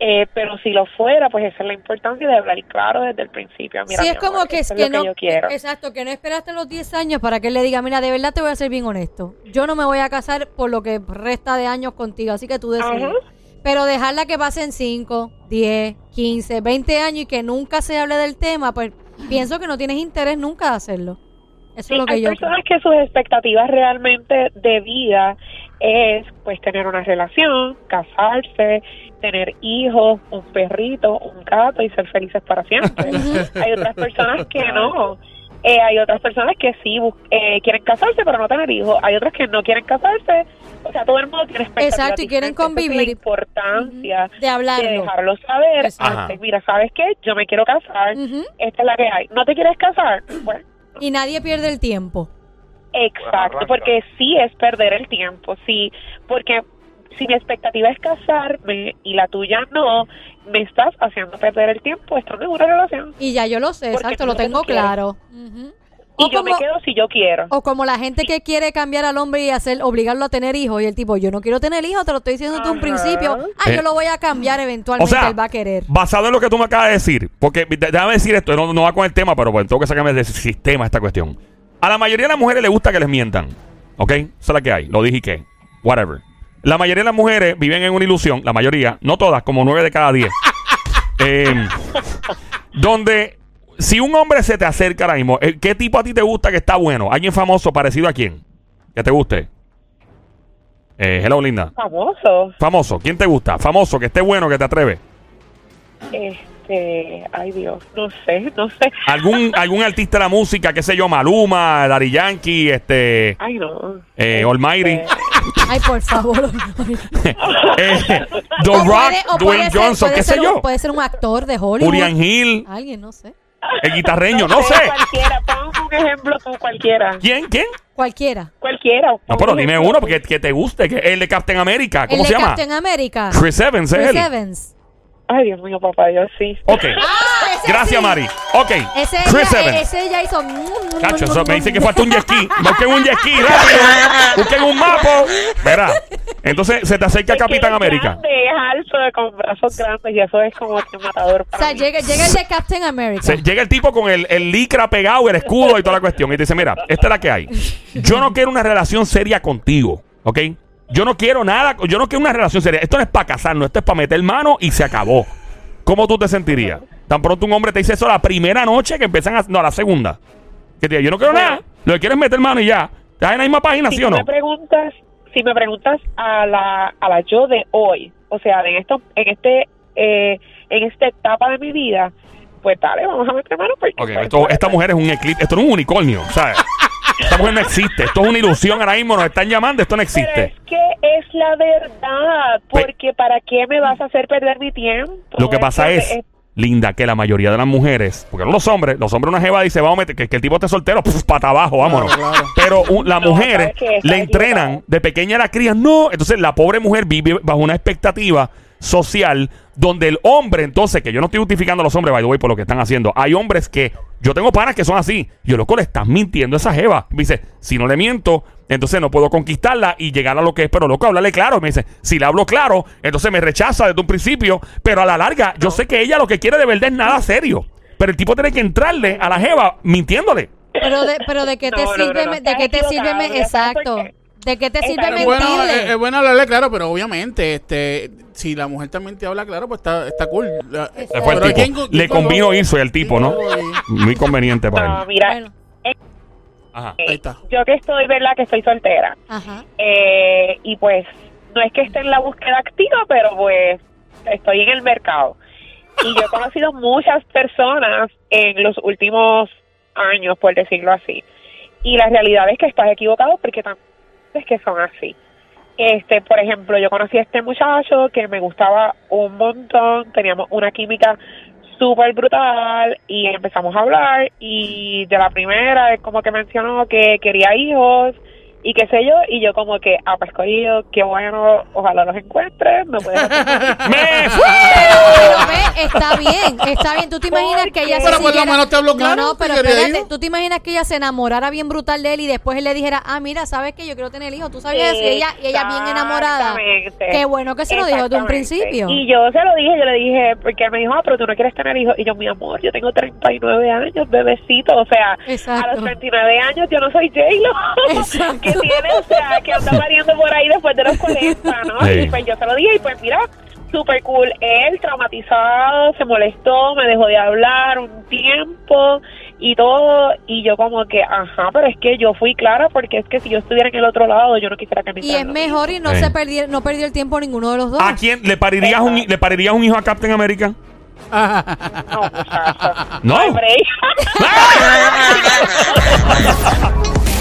D: Eh, pero si lo fuera, pues esa es la importancia de hablar claro desde el principio. Mira,
C: sí, es
D: mi amor,
C: como que, es
D: esto
C: que, no,
D: lo yo quiero.
C: Exacto, que no esperaste los 10 años para que él le diga, mira, de verdad te voy a ser bien honesto. Yo no me voy a casar por lo que resta de años contigo, así que tú decides.
D: Ajá.
C: Pero dejarla que pasen 5, 10, 15, 20 años y que nunca se hable del tema, pues pienso que no tienes interés nunca de hacerlo. Eso
D: Sí,
C: es lo que
D: hay
C: yo
D: personas que sus expectativas realmente de vida es pues tener una relación, casarse, tener hijos, un perrito, un gato y ser felices
C: (laughs)
D: para siempre. hay otras personas que no. Eh, hay otras personas que sí bus- eh, quieren casarse pero no tener hijos. Hay otras que no quieren casarse. O sea, todo el mundo tiene expectativas.
C: Exacto, y quieren
D: diferentes. Esa es
C: convivir.
D: La importancia
C: Ujú, de hablarlo.
D: de dejarlo saber.
C: Exacto.
D: antes, mira, ¿sabes qué? Yo me quiero casar.
C: Ujú.
D: Esta es la que hay. ¿No te quieres casar? (clears throat) Bueno.
C: Y nadie pierde el tiempo.
D: Exacto,
I: Arranca.
D: porque sí es perder el tiempo, sí, porque si mi expectativa es casarme y la tuya no, me estás haciendo perder el tiempo estando en una relación.
C: Y ya yo lo sé,
D: Porque
C: exacto,
D: tú
C: lo
D: no
C: tengo
D: quieres.
C: claro. Ujú.
D: Y
C: O
D: yo me
C: como-
D: quedo si yo quiero.
C: O como la gente que quiere cambiar al hombre y hacer obligarlo a tener hijos y el tipo, yo no quiero tener hijos, te lo estoy diciendo desde un
D: Ajá.
C: principio. Ah,
A: Eh.
C: yo lo voy a cambiar
A: O
C: eventualmente,
A: sea,
C: él va a querer.
A: basado en lo que tú me acabas de decir, porque de- déjame decir esto, no, no va con el tema, pero bueno, tengo que sacarme del sistema esta cuestión. A la mayoría de las mujeres les gusta que les mientan, ¿ok? Esa es la que hay, lo dije y qué, whatever. La mayoría de las mujeres viven en una ilusión, la mayoría, no todas, como nueve de cada
C: (laughs)
A: diez. Em, donde si un hombre se te acerca ahora mismo, eh, ¿qué tipo a ti te gusta que está bueno? ¿Alguien famoso parecido a quién? ¿Que te guste? Eh, hello, linda.
D: Famoso,
A: Famoso, ¿quién te gusta? Famoso, que esté bueno, que te atreve.
D: este, ay Dios, no sé, no sé.
A: algún algún artista de la música, qué sé yo, Maluma, Dari Yankee, este (laughs)
D: Ay no.
A: eh, Almighty.
D: Este,
C: Ay, por favor.
A: Eh, The
C: O
A: Rock,
C: puede- o puede
A: Dwayne
C: ser-
A: Johnson,
C: puede
A: qué
C: ser
A: sé
C: un-
A: yo.
C: Puede ser un actor de Hollywood.
A: Urian Hill,
C: Alguien, no sé.
A: el guitarreño, no sé.
D: Cualquiera, pon un ejemplo tú, cualquiera.
A: ¿Quién? ¿Quién?
C: Cualquiera.
D: Cualquiera.
A: No,
D: pon
A: pero
D: un
A: dime
D: ejemplo.
A: uno porque que te guste. Que, el de Captain America, ¿cómo
C: el
A: se
C: de
A: llama?
C: Captain America.
A: Chris Evans, es
C: Chris
A: él.
C: Evans.
D: Ay, Dios mío, papá, Dios sí.
A: Ok.
C: Ah, ese
A: Gracias,
C: sí.
A: Mari. Ok.
C: Ese
A: Chris
C: ella,
A: Evans.
C: ese ella hizo.
A: Cacho, eso me dice que
C: (laughs)
A: falta un jet ski. Busquen un jet ski, rápido. Busquen un mapa. Verá. Entonces se te acerca
D: Es que
A: Capitán
D: es
A: América.
D: grande, es alto, con brazos grandes y eso es como que matador
C: O
D: para
C: sea,
D: mí.
C: llega, llega el de Captain America.
A: Se- llega el tipo con el, el licra pegado, el escudo y toda la cuestión. Y te dice, mira, esta es la que hay. Yo no quiero una relación seria contigo, ¿ok? Yo no quiero nada, yo no quiero una relación seria. Esto no es para casarnos, esto es para meter mano y se acabó. ¿Cómo tú te sentirías? Tan pronto un hombre te dice eso la primera noche que empiezan a... No, la segunda. Que te diga, yo no quiero nada, lo que quiero es meter mano y ya. ¿Estás en la misma página,
D: si
A: sí o
D: tú
A: no?
D: me preguntas, si me preguntas a la, a la yo de hoy, o sea, de esto, en este, eh, en esta etapa de mi vida, pues dale, vamos a meter mano porque
A: Ok,
D: pues,
A: esto- esta mujer es un eclipse, esto no es un unicornio, ¿sabes? Esta mujer no existe, esto es una ilusión ahora mismo, nos están llamando, esto no
D: pero
A: existe.
D: es que es la verdad,
A: Pe-
D: porque para qué me vas a hacer perder mi tiempo.
A: Lo que pasa
D: que
A: es,
D: es-
A: Linda, que la mayoría de las mujeres, porque no los hombres, los hombres una jeva dice, vamos a meter, que, que el tipo esté soltero, pf, pata abajo, vámonos.
B: Claro, claro.
A: Pero uh, las
D: No,
A: mujeres
D: ¿sabes qué? Estás
A: le entrenan,
D: equivocado.
A: de pequeña la crían, no. Entonces la pobre mujer vive bajo una expectativa social donde el hombre, entonces, que yo no estoy justificando a los hombres, by the way, por lo que están haciendo. Hay hombres que, yo tengo panas que son así. Yo, loco, le estás mintiendo a esa jeva. Me dice, si no le miento, entonces no puedo conquistarla y llegar a lo que es. Pero, loco, hablarle claro. Me dice, si le hablo claro, entonces me rechaza desde un principio. Pero a la larga, yo sé que ella lo que quiere de verdad es nada serio. Pero el tipo tiene que entrarle a la jeva mintiéndole.
C: Pero de, pero de qué te
D: No, no, no,
C: sirve,
D: no,
C: me- de
D: estás
C: qué te sirve, me-
D: equivocado, ya sabes por
C: exacto.
D: qué.
C: De qué te
D: Está
C: sirve
D: bien.
B: Es bueno, eh,
C: mentirle.
B: es, es bueno hablarle claro, pero obviamente, este, si la mujer también te habla claro, pues está, está cool. La-
A: Se fue el
B: pero
A: tipo.
B: ¿quién co-
A: Le
B: quién
A: convino
B: colgó?
A: irse el tipo, ¿no?
B: ¿Quién colgó ahí?
A: Muy conveniente para
D: No,
A: él.
D: Ah, mira,
C: Bueno,
A: Ajá.
D: eh,
B: Ahí está.
D: yo que estoy, ¿verdad? Que estoy soltera.
C: ajá.
D: Eh, y pues no es que esté en la búsqueda activa, pero pues estoy en el mercado. Y yo he conocido muchas personas en los últimos años, por decirlo así. Y la realidad es que estás equivocado porque también es que son así. Este, por ejemplo, yo conocí a este muchacho que me gustaba un montón, teníamos una química súper brutal y empezamos a hablar y de la primera es como que mencionó que quería hijos y qué sé yo y yo como que ah pues cogido qué bueno ojalá los encuentres me puedes
C: (laughs)
D: hacer
A: ¡Me fui!
C: Pero ve, está bien, está bien. ¿Tú te imaginas que ella se
B: Pero por pues, lo
C: siguiera-
B: menos te habló claro, pues,
C: No, no,
B: si
C: pero
B: quería
C: espérate.
B: hijo.
C: ¿Tú te imaginas que ella se enamorara bien brutal de él y después él le dijera, ah, mira, sabes que yo quiero tener hijo? ¿Tú sabías eso? Y ella, y ella bien enamorada.
D: Exactamente.
C: Qué bueno que se lo dijo desde un
D: Exactamente.
C: principio.
D: Y yo se lo dije, yo le dije, porque él me dijo, ah, pero tú no quieres tener hijos. Y yo, mi amor, yo tengo 39 años, bebecito. O sea,
C: Exacto.
D: a los 39 años yo no soy J-Lo. (laughs)
C: Exacto.
D: que tiene, o sea, que anda variando por ahí después de los 40, ¿no?
A: Sí.
D: Y pues yo se lo dije, y pues mira, súper cool. Él, traumatizado, se molestó, me dejó de hablar un tiempo y todo. Y yo, como que, ajá, pero es que yo fui clara, porque es que si yo estuviera en el otro lado, yo no quisiera que me
C: Y
D: hicieran
C: es
D: lo
C: mejor y no
A: Sí.
C: se perdió, no perdió el tiempo ninguno de los
B: Ah,
C: dos.
A: ¿A quién le parirías, un, hi- le parirías un hijo a Captain America?
B: (laughs)
D: No, muchacho.
A: No.
D: hay break.